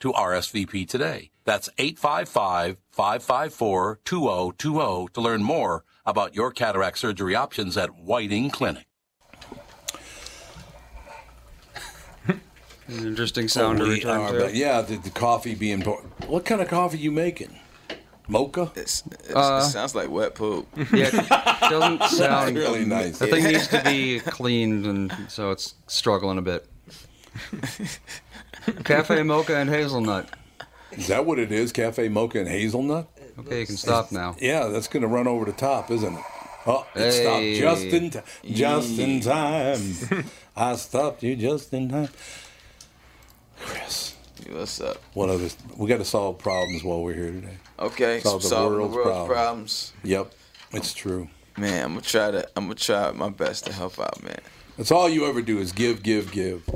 [SPEAKER 1] to RSVP today. That's 855 554 2020 to learn more about your cataract surgery options at Whiting Clinic.
[SPEAKER 3] An interesting sound to
[SPEAKER 1] Oh, We
[SPEAKER 3] return
[SPEAKER 1] are
[SPEAKER 3] to.
[SPEAKER 1] ba- yeah, the, the coffee being poured. What kind of coffee you making? Mocha?
[SPEAKER 3] Uh,
[SPEAKER 6] it sounds like wet poop.
[SPEAKER 3] Yeah, it doesn't
[SPEAKER 6] That's
[SPEAKER 3] sound
[SPEAKER 6] really nice.
[SPEAKER 3] The thing needs to be cleaned, and so it's struggling a bit. Cafe mocha and hazelnut.
[SPEAKER 1] Is that what it is? Cafe mocha and hazelnut?
[SPEAKER 3] Okay, you can stop now.
[SPEAKER 1] Yeah, that's going to run over the top, isn't it? Oh, it stopped
[SPEAKER 3] Hey.
[SPEAKER 1] just in time. Just in
[SPEAKER 3] Yee.
[SPEAKER 1] time. I stopped you just in time. Chris.
[SPEAKER 6] What's up?
[SPEAKER 1] One of us. We got to solve problems while we're here today.
[SPEAKER 6] Okay,
[SPEAKER 1] Solve the
[SPEAKER 6] solving
[SPEAKER 1] world's
[SPEAKER 6] the world's problems.
[SPEAKER 1] problems. Yep, it's true.
[SPEAKER 6] Man, I'm gonna try to. I'm gonna try my best to help out, man.
[SPEAKER 1] That's all you ever do is give, give, give.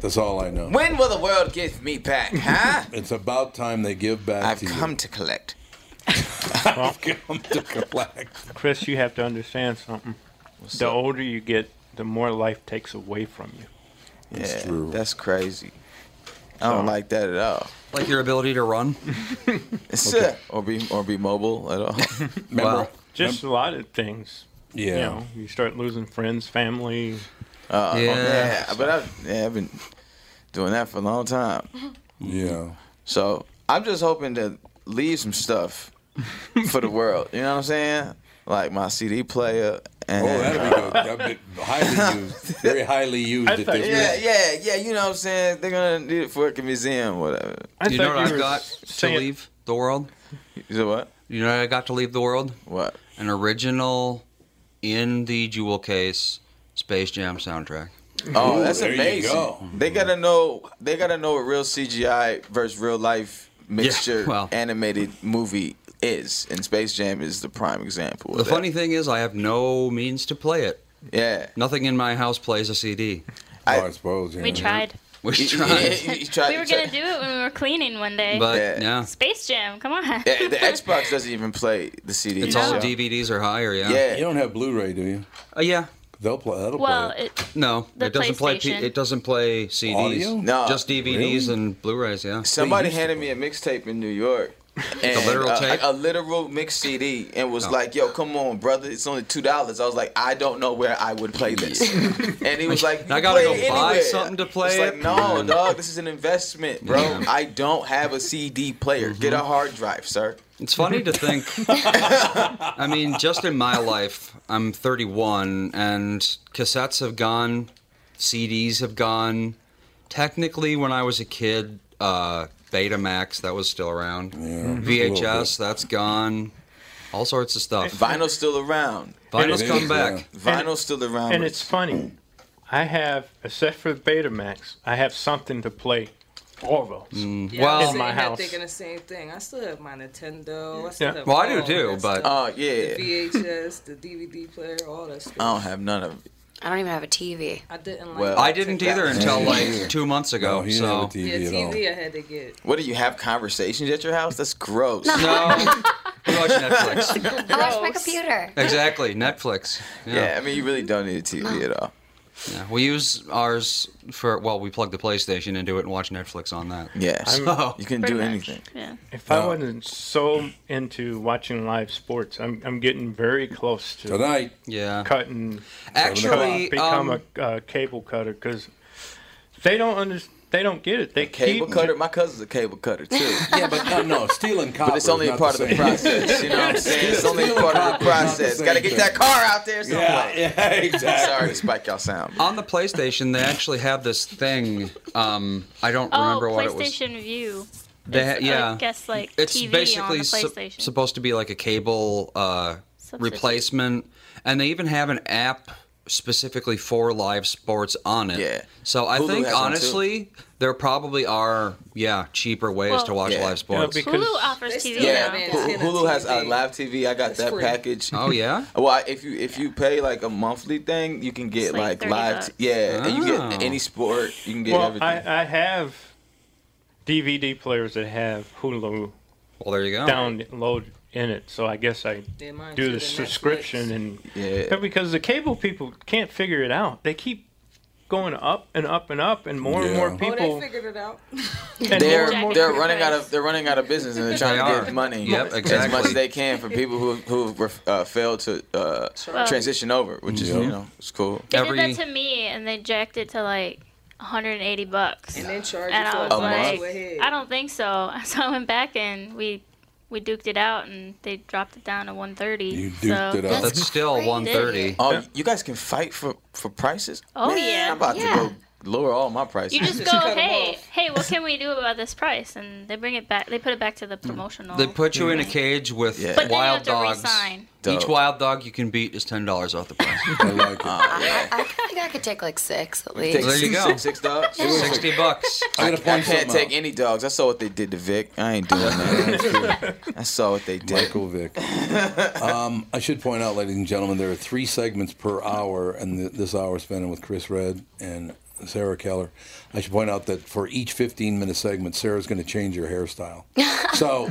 [SPEAKER 1] That's all I know.
[SPEAKER 6] When will the world give me back, huh?
[SPEAKER 1] It's about time they give back
[SPEAKER 6] I've
[SPEAKER 1] to you.
[SPEAKER 6] come to collect.
[SPEAKER 1] I've come to collect.
[SPEAKER 5] Chris, you have to understand something. the
[SPEAKER 6] up?
[SPEAKER 5] older you get, the more life takes away from you.
[SPEAKER 6] yeah, that's crazy. I don't
[SPEAKER 5] So-
[SPEAKER 6] like that at all.
[SPEAKER 3] Like your ability to run.
[SPEAKER 6] Okay. or be or be mobile at all.
[SPEAKER 1] Remember-
[SPEAKER 5] Just a lot of things.
[SPEAKER 6] Yeah.
[SPEAKER 5] You know, you start losing friends, family.
[SPEAKER 6] Uh,
[SPEAKER 5] Yeah.
[SPEAKER 6] yeah. but I've, yeah, I've been doing that for a long time.
[SPEAKER 1] Yeah.
[SPEAKER 6] So I'm just hoping to leave some stuff for the world. You know what I'm saying? Like my CD player and
[SPEAKER 1] Oh, that'd be good. That'd be highly used. Very highly used at this
[SPEAKER 6] yeah, yeah, yeah. You know what I'm saying? They're gonna need it for like a museum, whatever.
[SPEAKER 5] I
[SPEAKER 3] you know what I got to leave the world?
[SPEAKER 6] You said what?
[SPEAKER 3] You know what I got to leave the world?
[SPEAKER 6] What?
[SPEAKER 3] An original, in the jewel case, Space Jam soundtrack.
[SPEAKER 6] Oh,
[SPEAKER 3] Ooh,
[SPEAKER 6] that's
[SPEAKER 3] there you
[SPEAKER 6] amazing.
[SPEAKER 3] go.
[SPEAKER 6] They gotta know. They gotta know what real CGI versus real life mixture
[SPEAKER 3] well.
[SPEAKER 6] animated movie is, and Space Jam is the prime example.
[SPEAKER 3] The funny thing is, I have no means to play it.
[SPEAKER 6] Yeah.
[SPEAKER 3] Nothing in my house plays a CD.
[SPEAKER 6] I,
[SPEAKER 1] suppose.
[SPEAKER 2] We tried.
[SPEAKER 3] We
[SPEAKER 6] Yeah,
[SPEAKER 3] tried.
[SPEAKER 6] yeah, you tried-
[SPEAKER 2] we were gonna do it when we were cleaning one day.
[SPEAKER 3] But, Yeah. yeah.
[SPEAKER 2] Space Jam, come on.
[SPEAKER 6] Yeah, the Xbox doesn't even play the CD.
[SPEAKER 3] It's all DVDs or higher, yeah.
[SPEAKER 1] You don't have Blu-ray, do you?
[SPEAKER 3] Uh, yeah.
[SPEAKER 1] They'll play. That'll
[SPEAKER 2] well,
[SPEAKER 1] play.
[SPEAKER 2] it,
[SPEAKER 3] No,
[SPEAKER 2] The
[SPEAKER 3] it doesn't play. P-
[SPEAKER 2] PlayStation.
[SPEAKER 3] it doesn't play CDs.
[SPEAKER 6] Audio? No.
[SPEAKER 3] just DVDes
[SPEAKER 6] Really?
[SPEAKER 3] and Blu-rays. Yeah.
[SPEAKER 6] Somebody handed me a mixtape in New York. And,
[SPEAKER 3] literal
[SPEAKER 6] uh,
[SPEAKER 3] tape?
[SPEAKER 6] A, literal mix CD, and was
[SPEAKER 3] Oh.
[SPEAKER 6] like, "Yo, come on, brother, it's only two dollars." I was like, "I don't know where I would play this," and he was like,
[SPEAKER 3] I
[SPEAKER 6] "You
[SPEAKER 3] gotta
[SPEAKER 6] play
[SPEAKER 3] go
[SPEAKER 6] it
[SPEAKER 3] buy
[SPEAKER 6] anywhere."
[SPEAKER 3] something to play
[SPEAKER 6] It's like,
[SPEAKER 3] it?
[SPEAKER 6] no, dog, this is an investment, bro. I don't have a CD player. Get a hard drive, sir.
[SPEAKER 3] Mm-hmm. It's funny to think. I mean, just in my life, I'm 31, and cassettes have gone, CDs have gone. Technically, when I was a kid, uh, Betamax that was still around.
[SPEAKER 6] Mhm.
[SPEAKER 3] VHS that's gone. All sorts of stuff.
[SPEAKER 6] Vinyl's still around.
[SPEAKER 3] Vinyl's come back.
[SPEAKER 6] Vinyl's still around.
[SPEAKER 5] And
[SPEAKER 6] but
[SPEAKER 5] it's funny. I have, except for Betamax, I have something to play all those
[SPEAKER 7] Yeah, I was
[SPEAKER 5] in
[SPEAKER 7] sitting
[SPEAKER 5] my
[SPEAKER 7] here
[SPEAKER 5] house.
[SPEAKER 7] thinking the same thing. I still have my Nintendo. I still
[SPEAKER 5] Yeah.
[SPEAKER 7] have
[SPEAKER 5] Well, I
[SPEAKER 3] do
[SPEAKER 7] all
[SPEAKER 3] too,
[SPEAKER 7] that
[SPEAKER 3] but-
[SPEAKER 7] stuff.
[SPEAKER 3] Oh,
[SPEAKER 6] Uh, yeah.
[SPEAKER 7] the VHS, the DVD player, all that stuff.
[SPEAKER 6] I don't have none of it.
[SPEAKER 8] I don't even have a TV.
[SPEAKER 7] I didn't like.
[SPEAKER 6] Well,
[SPEAKER 3] I didn't either until
[SPEAKER 6] Yeah.
[SPEAKER 3] like two months ago.
[SPEAKER 6] No, he didn't
[SPEAKER 3] so
[SPEAKER 6] have a TV
[SPEAKER 7] yeah,
[SPEAKER 6] at all.
[SPEAKER 7] TV I had to get.
[SPEAKER 6] What do you have conversations at your house? That's gross.
[SPEAKER 3] No. We watch Netflix.
[SPEAKER 8] I watch my computer.
[SPEAKER 3] Exactly, Netflix.
[SPEAKER 2] Mm-hmm.
[SPEAKER 6] Yeah. I mean, you really don't need a TV at all.
[SPEAKER 3] Yeah, we use ours for well, we plug the PlayStation into it and watch Netflix on that.
[SPEAKER 6] Yes.
[SPEAKER 3] So-
[SPEAKER 6] You can do Pretty much, anything.
[SPEAKER 2] Yeah.
[SPEAKER 5] If I wasn't so into watching live sports, I'm, I'm getting very close to
[SPEAKER 3] Tonight. Yeah.
[SPEAKER 5] cutting.
[SPEAKER 3] Actually,
[SPEAKER 5] cut- become
[SPEAKER 3] um,
[SPEAKER 5] a uh, cable cutter because they don't under, they don't get it. They
[SPEAKER 6] Cable
[SPEAKER 5] keep
[SPEAKER 6] cutter. My cousin's a cable cutter too.
[SPEAKER 1] yeah, but no, no, stealing copper.
[SPEAKER 6] But it's only
[SPEAKER 1] is
[SPEAKER 6] a
[SPEAKER 1] not
[SPEAKER 6] part
[SPEAKER 1] the
[SPEAKER 6] of the
[SPEAKER 1] same.
[SPEAKER 6] process. You know what I'm saying? It's only a part of the process. Got to get that car out there somewhere.
[SPEAKER 3] Yeah, yeah, exactly.
[SPEAKER 6] Sorry to spike y'all sound.
[SPEAKER 3] On the PlayStation, they actually have this thing. Um, I don't
[SPEAKER 2] Oh,
[SPEAKER 3] remember what it was.
[SPEAKER 2] PlayStation View.
[SPEAKER 3] They
[SPEAKER 2] It's,
[SPEAKER 3] ha- yeah.
[SPEAKER 2] I guess like
[SPEAKER 3] It's
[SPEAKER 2] TV on
[SPEAKER 3] basically
[SPEAKER 2] the
[SPEAKER 3] su-
[SPEAKER 2] PlayStation.
[SPEAKER 3] supposed to be like a cable uh,
[SPEAKER 2] Substitute.
[SPEAKER 3] replacement, and they even have an app specifically for live sports on it. Yeah. So I
[SPEAKER 6] Hulu has one,
[SPEAKER 3] think
[SPEAKER 6] too.
[SPEAKER 3] honestly, there probably are yeah cheaper ways to watch
[SPEAKER 6] Yeah.
[SPEAKER 3] live sports.
[SPEAKER 2] Hulu offers TV
[SPEAKER 6] Yeah,
[SPEAKER 2] now.
[SPEAKER 6] Hulu Hulu has a live TV. I got that
[SPEAKER 3] free.
[SPEAKER 6] package.
[SPEAKER 3] Oh, yeah?
[SPEAKER 6] Well, I- if you if you pay like a monthly thing, you can get
[SPEAKER 2] It's
[SPEAKER 6] like,
[SPEAKER 2] like 30
[SPEAKER 6] live.
[SPEAKER 2] bucks.
[SPEAKER 6] T- yeah, and you
[SPEAKER 3] Oh.
[SPEAKER 6] get any sport. You can get
[SPEAKER 5] well,
[SPEAKER 6] everything.
[SPEAKER 5] I, I have DVD players that have Hulu.
[SPEAKER 3] Well, there you go.
[SPEAKER 5] Download in it, so I guess I
[SPEAKER 7] Yeah, mine
[SPEAKER 5] do
[SPEAKER 7] too,
[SPEAKER 5] the
[SPEAKER 7] the
[SPEAKER 5] subscription and
[SPEAKER 6] Yeah.
[SPEAKER 5] But because the cable people can't figure it out. They keep going up and up and up, and more and more
[SPEAKER 7] Oh, they
[SPEAKER 5] people.
[SPEAKER 7] figured it out.
[SPEAKER 5] and more
[SPEAKER 6] they're
[SPEAKER 5] and more
[SPEAKER 6] they're
[SPEAKER 5] people-
[SPEAKER 6] running out of they're running out of business and they're trying
[SPEAKER 3] They
[SPEAKER 6] to
[SPEAKER 3] are.
[SPEAKER 6] get money
[SPEAKER 3] Yep,
[SPEAKER 6] as
[SPEAKER 3] exactly.
[SPEAKER 6] much as they can for people who who were, uh, failed to uh,
[SPEAKER 2] Well-
[SPEAKER 6] transition over, which is you know it's cool.
[SPEAKER 2] They did that to me, and they jacked it to like 180 bucks. And
[SPEAKER 7] then charged
[SPEAKER 2] And
[SPEAKER 7] you for
[SPEAKER 2] I
[SPEAKER 7] a
[SPEAKER 2] was
[SPEAKER 6] bottle
[SPEAKER 2] like,
[SPEAKER 6] to a
[SPEAKER 2] I don't think so. So I went back and we we duked it out, and they dropped it down to 130. You so
[SPEAKER 3] That's still one thirty.
[SPEAKER 6] Oh, you guys can fight for for prices.
[SPEAKER 2] Oh,
[SPEAKER 6] Man,
[SPEAKER 2] yeah.
[SPEAKER 6] I'm about
[SPEAKER 2] Yeah.
[SPEAKER 6] to go lower all my prices.
[SPEAKER 2] You just go, hey, hey, what can we do about this price? And they bring it back. They put it back to the promotional.
[SPEAKER 3] Mm. They put you in a cage with
[SPEAKER 6] Yeah.
[SPEAKER 2] But then you
[SPEAKER 3] wild
[SPEAKER 2] have to
[SPEAKER 3] dogs.
[SPEAKER 2] re-sign.
[SPEAKER 3] Each
[SPEAKER 6] Dope.
[SPEAKER 3] wild dog you can beat is ten dollars off the price.
[SPEAKER 8] I, I think I could take like six at least.
[SPEAKER 6] Take
[SPEAKER 3] There you
[SPEAKER 6] six-
[SPEAKER 3] go.
[SPEAKER 6] Six dogs.
[SPEAKER 3] Sixty bucks.
[SPEAKER 6] I,
[SPEAKER 1] gotta
[SPEAKER 6] I
[SPEAKER 1] point
[SPEAKER 6] can't
[SPEAKER 1] something
[SPEAKER 6] take
[SPEAKER 1] out.
[SPEAKER 6] any dogs. I saw what they did to Vic. I ain't doing that. I saw what they did.
[SPEAKER 1] Michael Vick. um, I should point out, ladies and gentlemen, there are three segments per hour, and th- this hour is spent with Chris Red and Sarah Keller. I should point out that for each 15 minute segment, Sarah's going to change her hairstyle. So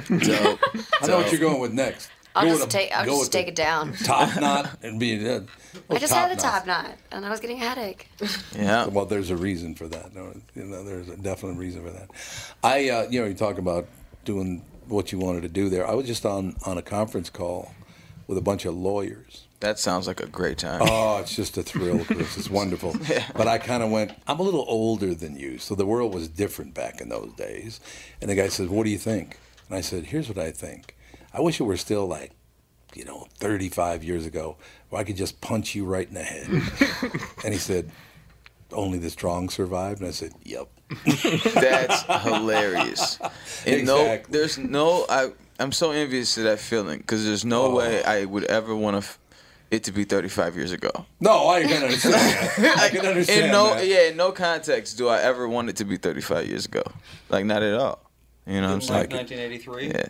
[SPEAKER 1] I know what you're going with next.
[SPEAKER 8] I'll
[SPEAKER 1] Go
[SPEAKER 8] just
[SPEAKER 1] with a-
[SPEAKER 8] take. I'll
[SPEAKER 1] go
[SPEAKER 8] just
[SPEAKER 1] with the
[SPEAKER 8] take it down.
[SPEAKER 1] Top knot and be. Uh,
[SPEAKER 8] I just had a
[SPEAKER 1] knot.
[SPEAKER 8] top knot, and I was getting a headache.
[SPEAKER 6] Yeah.
[SPEAKER 1] Well, there's a reason for that. No, you know, there's a definite reason for that. I, uh, you know, you talk about doing what you wanted to do there. I was just on on a conference call with a bunch of lawyers.
[SPEAKER 6] That sounds like a great time.
[SPEAKER 1] Oh, it's just a thrill, Chris. It's wonderful. But I kind of went. I'm a little older than you, so the world was different back in those days. And the guy says, "What do you think?" And I said, "Here's what I think. I wish it were still like." You know, 35 years ago, where I could just punch you right in the head. and he said, Only the strong survived. And I said, Yep.
[SPEAKER 6] That's hilarious. And no,
[SPEAKER 1] Exactly.
[SPEAKER 6] there's no. I I'm so envious to that feeling because there's no way I would ever want to. F- it to be 35 years ago.
[SPEAKER 1] No, I can understand. that. I can understand.
[SPEAKER 6] In no,
[SPEAKER 1] that.
[SPEAKER 6] yeah, in no context do I ever want it to be 35 years ago. Like not at all. You know what I'm saying?
[SPEAKER 3] 1983.
[SPEAKER 6] Yeah.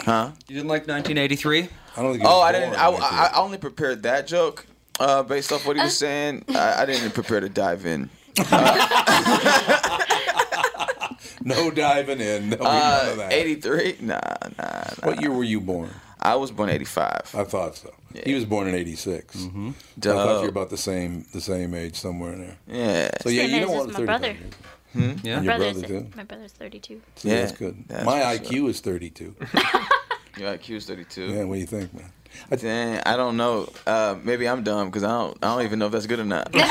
[SPEAKER 6] Huh?
[SPEAKER 3] You didn't like 1983?
[SPEAKER 1] I don't think.
[SPEAKER 6] Oh, I didn't. I, I, I only prepared that joke uh, based off what he was saying. I, I didn't prepare to dive in.
[SPEAKER 1] no diving in. No, none of
[SPEAKER 6] Uh,
[SPEAKER 1] that.
[SPEAKER 6] 83? Nah, nah, nah.
[SPEAKER 1] What year were you born?
[SPEAKER 6] I was born 85.
[SPEAKER 1] I thought so. He was born in '86. Mm-hmm. I thought
[SPEAKER 6] Duh.
[SPEAKER 1] you were about the same the same age somewhere in there.
[SPEAKER 6] Yeah. Hmm?
[SPEAKER 1] So yeah,
[SPEAKER 2] Same
[SPEAKER 1] you
[SPEAKER 2] age
[SPEAKER 1] don't
[SPEAKER 2] as
[SPEAKER 1] want
[SPEAKER 2] my
[SPEAKER 1] 35
[SPEAKER 2] brother.
[SPEAKER 1] years.
[SPEAKER 3] Yeah.
[SPEAKER 1] Your
[SPEAKER 2] brother's,
[SPEAKER 1] brother too.
[SPEAKER 2] my brother's 32.
[SPEAKER 1] So
[SPEAKER 6] Yeah,
[SPEAKER 1] that's good.
[SPEAKER 6] that's
[SPEAKER 1] My
[SPEAKER 6] what's
[SPEAKER 1] IQ is 32.
[SPEAKER 6] Your IQ is 32.
[SPEAKER 1] yeah, what do you think, man?
[SPEAKER 6] Dang, I don't know. Uh, maybe I'm dumb because I don't. I don't even know if that's good or not. nah,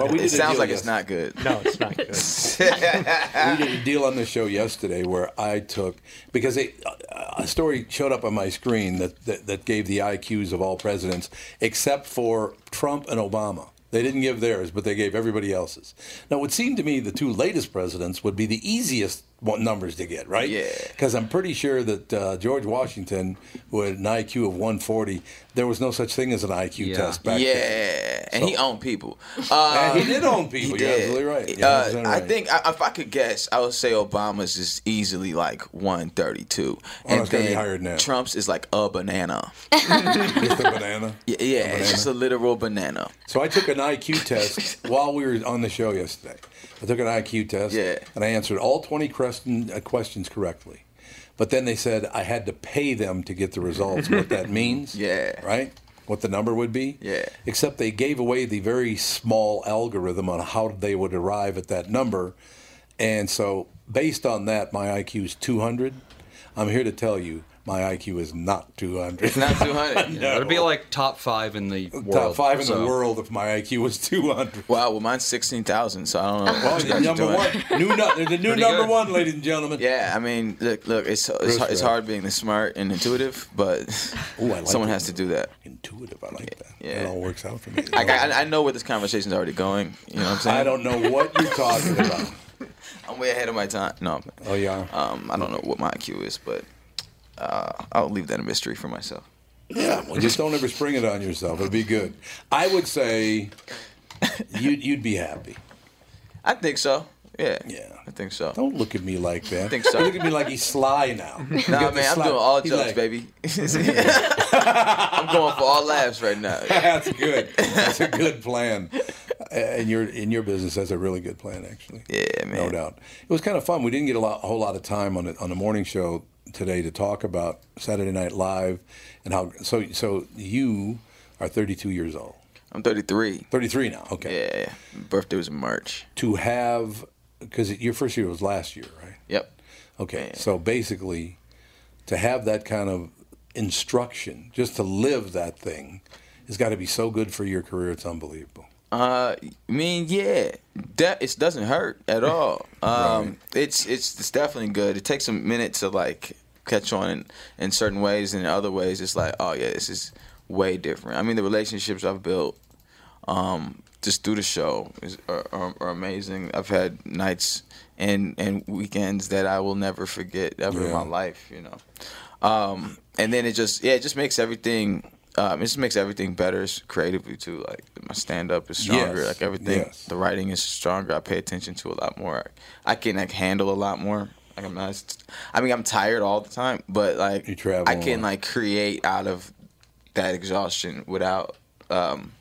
[SPEAKER 1] But we did a
[SPEAKER 6] it sounds
[SPEAKER 1] deal
[SPEAKER 6] like it's
[SPEAKER 1] yesterday.
[SPEAKER 6] not good.
[SPEAKER 5] No, it's not good.
[SPEAKER 1] we did a deal on the show yesterday where I took because they, a story showed up on my screen that, that that gave the IQs of all presidents except for Trump and Obama. They didn't give theirs, but they gave everybody else's. Now, it would seem to me the two latest presidents would be the easiest one- numbers to get, right?
[SPEAKER 6] Yeah.
[SPEAKER 1] Because I'm pretty sure that uh, George Washington, who had an IQ of 140, there was no such thing as an IQ
[SPEAKER 3] Yeah.
[SPEAKER 1] test back
[SPEAKER 6] yeah,
[SPEAKER 1] then.
[SPEAKER 6] and he owned people.
[SPEAKER 1] And
[SPEAKER 6] Uh,
[SPEAKER 1] he did own people. You're
[SPEAKER 6] did.
[SPEAKER 1] absolutely right. You're
[SPEAKER 6] Uh,
[SPEAKER 1] 100%
[SPEAKER 6] I
[SPEAKER 1] right.
[SPEAKER 6] think I, if I could guess, I would say Obama's is easily like 132, and
[SPEAKER 1] Oh, it's gonna be higher than that.
[SPEAKER 6] Trump's is like a banana.
[SPEAKER 1] Just a banana.
[SPEAKER 6] Yeah, yeah it's just a literal banana.
[SPEAKER 1] So I took an IQ test while we were on the show yesterday. I took an IQ test,
[SPEAKER 6] Yeah.
[SPEAKER 1] and I answered all 20 question, uh, questions correctly. But then they said I had to pay them to get the results. what that means?
[SPEAKER 6] Yeah.
[SPEAKER 1] Right? what the number would be. Yeah. Except they gave away the very small algorithm on how they would arrive at that number. And so, based on that, my IQ is 200. I'm here to tell you, my IQ is not 200. It's
[SPEAKER 6] not 200.
[SPEAKER 1] No.
[SPEAKER 3] It'd be like top five in the world.
[SPEAKER 1] Top five in
[SPEAKER 3] so-
[SPEAKER 1] the world if my IQ was 200.
[SPEAKER 6] Wow, well, mine's 16,000, so I don't know.
[SPEAKER 1] Well,
[SPEAKER 6] what you guys are
[SPEAKER 1] number
[SPEAKER 6] doing.
[SPEAKER 1] one. New nu- there's a new
[SPEAKER 6] Pretty
[SPEAKER 1] number
[SPEAKER 6] good.
[SPEAKER 1] one, ladies and gentlemen.
[SPEAKER 6] Yeah, I mean, look, look, it's it's,
[SPEAKER 1] Gross
[SPEAKER 6] hard, it's
[SPEAKER 1] route.
[SPEAKER 6] hard being this smart and intuitive, but
[SPEAKER 1] Ooh, I like
[SPEAKER 6] someone
[SPEAKER 1] it.
[SPEAKER 6] has to do that.
[SPEAKER 1] Intuitive, I like that.
[SPEAKER 6] Yeah,
[SPEAKER 1] It all works out for me.
[SPEAKER 6] I, I, I know where this conversation's already going. You know what I'm saying?
[SPEAKER 1] I don't know what you're talking about.
[SPEAKER 6] I'm way ahead of my time. No.
[SPEAKER 1] Oh yeah.
[SPEAKER 6] Um, I don't know what my IQ is, but uh, I'll leave that a mystery for myself.
[SPEAKER 1] Yeah, well, just don't ever spring it on yourself. It'd be good. I would say you'd, you'd be happy.
[SPEAKER 6] I think so. Yeah.
[SPEAKER 1] Yeah.
[SPEAKER 6] I think so.
[SPEAKER 1] Don't look at me like that. I
[SPEAKER 6] think so.
[SPEAKER 1] Look at me like he's sly now. You
[SPEAKER 6] Nah,
[SPEAKER 1] got the
[SPEAKER 6] man, I'm
[SPEAKER 1] sly-
[SPEAKER 6] doing all
[SPEAKER 1] he's
[SPEAKER 6] jokes,
[SPEAKER 1] like,
[SPEAKER 6] baby. I'm going for all laughs right now.
[SPEAKER 1] That's good. That's a good plan. And your in your business, that's a really good plan, actually.
[SPEAKER 6] Yeah, man.
[SPEAKER 1] No doubt. It was kind of fun. We didn't get a, lot, a whole lot of time on the, on the morning show today to talk about Saturday Night Live and how. So so you are 32 years old.
[SPEAKER 6] I'm 33.
[SPEAKER 1] 33 now. Okay.
[SPEAKER 6] Yeah. Birthday was in March.
[SPEAKER 1] To have because your first year was last year, right?
[SPEAKER 6] Yep.
[SPEAKER 1] Okay. So basically, to have that kind of instruction, just to live that thing, has got to be so good for your career. It's unbelievable.
[SPEAKER 6] Uh, I mean, yeah, that it doesn't hurt at all. Um, it's it's it's definitely good. It takes a minute to like catch on in, in certain ways, and in other ways, it's like, oh yeah, this is way different. I mean, the relationships I've built, um, just through the show is, are, are, are amazing. I've had nights and and weekends that I will never forget ever in
[SPEAKER 1] Yeah.
[SPEAKER 6] my life. You know, um, and then it just yeah, it just makes everything. Um, it just makes everything better creatively too. Like my stand up is stronger.
[SPEAKER 1] Yes.
[SPEAKER 6] Like everything,
[SPEAKER 1] Yes.
[SPEAKER 6] the writing is stronger. I pay attention to a lot more. I can like handle a lot more. Like I'm not. I mean, I'm tired all the time, but like
[SPEAKER 1] You travel
[SPEAKER 6] I
[SPEAKER 1] a
[SPEAKER 6] can
[SPEAKER 1] lot.
[SPEAKER 6] like create out of that exhaustion without um,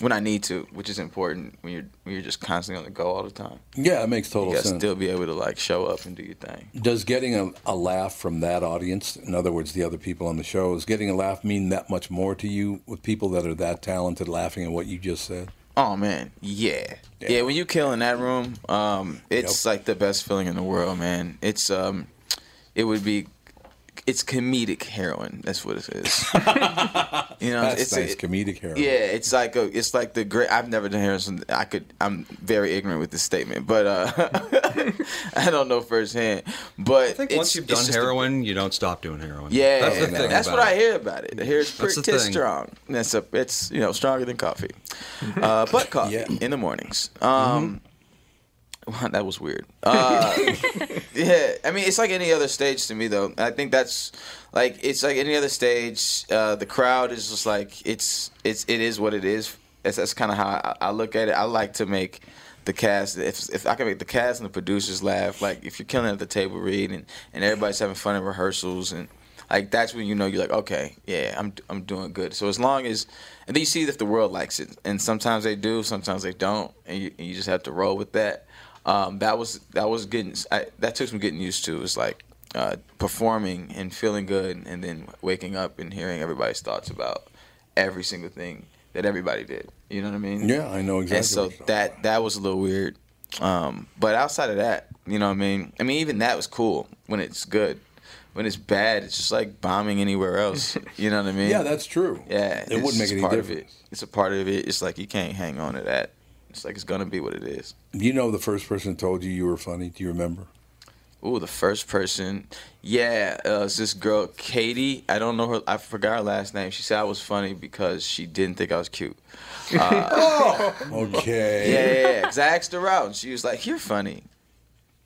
[SPEAKER 6] when I need to, which is important when you're when you're just constantly on the go all the time.
[SPEAKER 1] Yeah, it makes total
[SPEAKER 6] you gotta
[SPEAKER 1] sense.
[SPEAKER 6] still be able to like show up and do your thing.
[SPEAKER 1] Does getting a, a laugh from that audience, in other words, the other people on the show, is getting a laugh mean that much more to you with people that are that talented laughing at what you just said?
[SPEAKER 6] Oh man, yeah. yeah, When you kill in that room, um, it's like the best feeling in the world, man. It's um, it would be, it's comedic heroin. That's what it is. you know,
[SPEAKER 1] That's
[SPEAKER 6] it's
[SPEAKER 1] nice
[SPEAKER 6] it-
[SPEAKER 1] comedic hair.
[SPEAKER 6] yeah, it's like a, it's like the great. I've never done heroin. I could. I'm very ignorant with this statement, but uh, I don't know firsthand. But
[SPEAKER 3] I think
[SPEAKER 6] it's,
[SPEAKER 3] once you've
[SPEAKER 6] it's
[SPEAKER 3] done
[SPEAKER 6] just a-
[SPEAKER 3] heroin, you don't stop doing heroin.
[SPEAKER 6] yeah,
[SPEAKER 3] that's the thing.
[SPEAKER 6] That's
[SPEAKER 3] about
[SPEAKER 6] what I
[SPEAKER 3] it.
[SPEAKER 6] hear about it. I hear it's
[SPEAKER 3] That's the
[SPEAKER 6] pretty
[SPEAKER 3] thing.
[SPEAKER 6] strong. That's a, it's you know stronger than coffee, uh, but coffee
[SPEAKER 1] Yeah.
[SPEAKER 6] in the mornings. Um,
[SPEAKER 3] Mm-hmm.
[SPEAKER 6] that was weird. Uh, yeah, I mean it's like any other stage to me though. I think that's like it's like any other stage. Uh, the crowd is just like it's it's it is what it is. That's, that's kind of how I, I look at it. I like to make the cast if if I can make the cast and the producers laugh. Like if you're killing it at the table read and and everybody's having fun in rehearsals and like that's when you know you're like okay yeah I'm I'm doing good. So as long as and then you see if the world likes it and sometimes they do, sometimes they don't, and you, and you just have to roll with that um, that was that was getting I, that took some getting used to. It was like uh, performing and feeling good, and then waking up and hearing everybody's thoughts about every single thing that everybody did. You know what I mean?
[SPEAKER 1] Yeah, I know exactly.
[SPEAKER 6] And so
[SPEAKER 1] what you're talking
[SPEAKER 6] that that was a little weird. Um, but outside of that, you know what I mean? I mean, even that was cool when it's good. When it's bad, it's just like bombing anywhere else. You know what I mean?
[SPEAKER 1] about. yeah, that's true.
[SPEAKER 6] yeah.
[SPEAKER 1] it wouldn't make any
[SPEAKER 6] part
[SPEAKER 1] difference.
[SPEAKER 6] Of it. It's a part of it. It's like you can't hang on to that. It's like it's gonna be what it is.
[SPEAKER 1] You know, the first person told you you were funny. Do you remember?
[SPEAKER 6] Ooh, the first person. Yeah, uh, it's this girl, Katie. I don't know her. I forgot her last name. She said I was funny because she didn't think I was cute.
[SPEAKER 1] Uh,
[SPEAKER 6] Uh,
[SPEAKER 1] Oh. Okay.
[SPEAKER 6] Yeah, yeah, yeah. Because I asked her out, and she was like, "You're funny."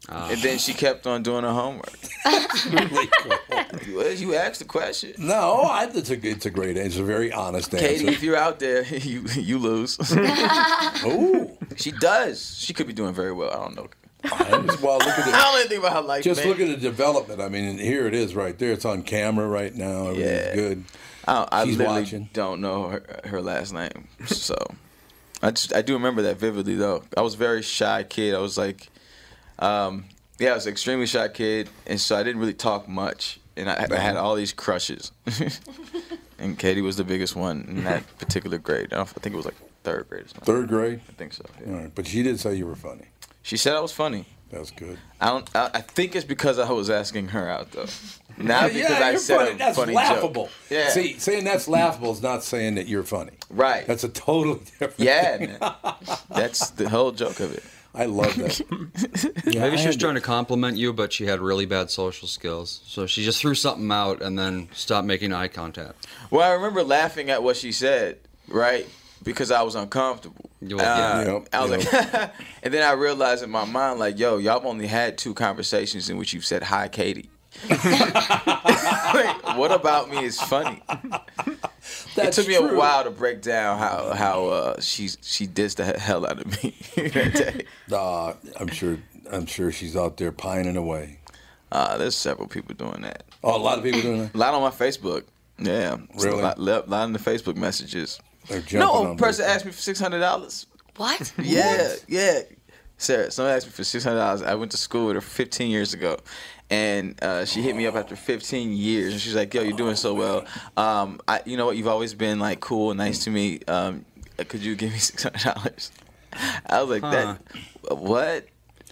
[SPEAKER 6] And then
[SPEAKER 1] Ah.
[SPEAKER 6] she kept on doing her homework. Well, you asked the question,
[SPEAKER 1] No, I, it's a it's a great answer. It's a very honest
[SPEAKER 6] Katie. If
[SPEAKER 1] answer.
[SPEAKER 6] you're out there, you you lose.
[SPEAKER 1] Oh,
[SPEAKER 6] she does. She could be doing very well. I don't know.
[SPEAKER 1] well, look at
[SPEAKER 6] I
[SPEAKER 1] it.
[SPEAKER 6] don't know anything about her life.
[SPEAKER 1] Just
[SPEAKER 6] man.
[SPEAKER 1] look at the development. I mean, and here it is right there. It's on camera right now. Everything's
[SPEAKER 6] Yeah.
[SPEAKER 1] good.
[SPEAKER 6] I, don't- I
[SPEAKER 1] She's
[SPEAKER 6] literally
[SPEAKER 1] watching.
[SPEAKER 6] don't know her, her last name, so I just I do remember that vividly though. I was a very shy kid. I was like, um, yeah, I was an extremely shy kid, and so I didn't really talk much, and I, I had all these crushes. and Katie was the biggest one in that particular grade. I, don't, I think it was like third grade. Or something.
[SPEAKER 10] Third grade?
[SPEAKER 6] I think so.
[SPEAKER 10] All right, but she did say you were funny.
[SPEAKER 6] She said I was funny.
[SPEAKER 10] That's good.
[SPEAKER 6] I don't. I, I think it's because I was asking her out though. Not
[SPEAKER 10] Yeah,
[SPEAKER 6] because I
[SPEAKER 10] you're
[SPEAKER 6] said
[SPEAKER 10] funny.
[SPEAKER 6] a
[SPEAKER 10] That's
[SPEAKER 6] funny
[SPEAKER 10] laughable.
[SPEAKER 6] joke. Yeah.
[SPEAKER 10] See, saying that's laughable is not saying that you're funny.
[SPEAKER 6] Right.
[SPEAKER 10] That's a totally different.
[SPEAKER 6] Yeah, man. That's the whole joke of it.
[SPEAKER 10] I love that.
[SPEAKER 3] Maybe
[SPEAKER 6] I
[SPEAKER 3] she was
[SPEAKER 6] had-
[SPEAKER 3] trying to compliment you, but she had really bad social skills. So she just threw something out and then stopped making eye contact.
[SPEAKER 6] Well, I remember laughing at what she said, right? Because I was uncomfortable.
[SPEAKER 3] well, yeah.
[SPEAKER 6] Uh, I was like, and then I realized in my mind, like, yo, y'all have only had two conversations in which you've said, hi, Katie. Like, what about me is funny?
[SPEAKER 10] That's
[SPEAKER 6] it took me
[SPEAKER 10] true.
[SPEAKER 6] a while to break down how how uh, she she dissed the hell out of me. that day.
[SPEAKER 10] Uh, I'm sure. I'm sure she's out there pining away.
[SPEAKER 6] Uh, there's several people doing that.
[SPEAKER 10] Oh, a lot of people doing that.
[SPEAKER 6] A lot on my Facebook. Yeah, It's
[SPEAKER 10] Really?
[SPEAKER 6] A lot, lot, lot in the Facebook messages.
[SPEAKER 10] They're
[SPEAKER 6] no, a person asked me for six hundred dollars.
[SPEAKER 8] What?
[SPEAKER 6] Yeah, yeah. Sarah, someone asked me for six hundred dollars. I went to school with her fifteen years ago, and uh, she hit me up after fifteen years, and she's like, "Yo, you're doing so well. Um, I, you know what? You've always been like cool and nice to me. Um, could you give me six hundred dollars?" I was like, "That what?"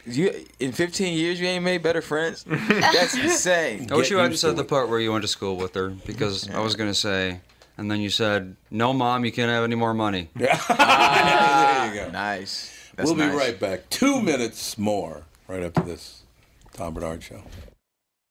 [SPEAKER 6] You in 15 years you ain't made better friends. That's insane.
[SPEAKER 3] I wish you hadn't
[SPEAKER 6] used
[SPEAKER 3] said
[SPEAKER 6] to
[SPEAKER 3] the
[SPEAKER 6] it.
[SPEAKER 3] part where you went to school with her because I was going to say, and then you said, no, mom, you can't have any more money.
[SPEAKER 10] there you go.
[SPEAKER 6] Nice.
[SPEAKER 10] we'll be right back. Two minutes more, right after this Tom Bernard show.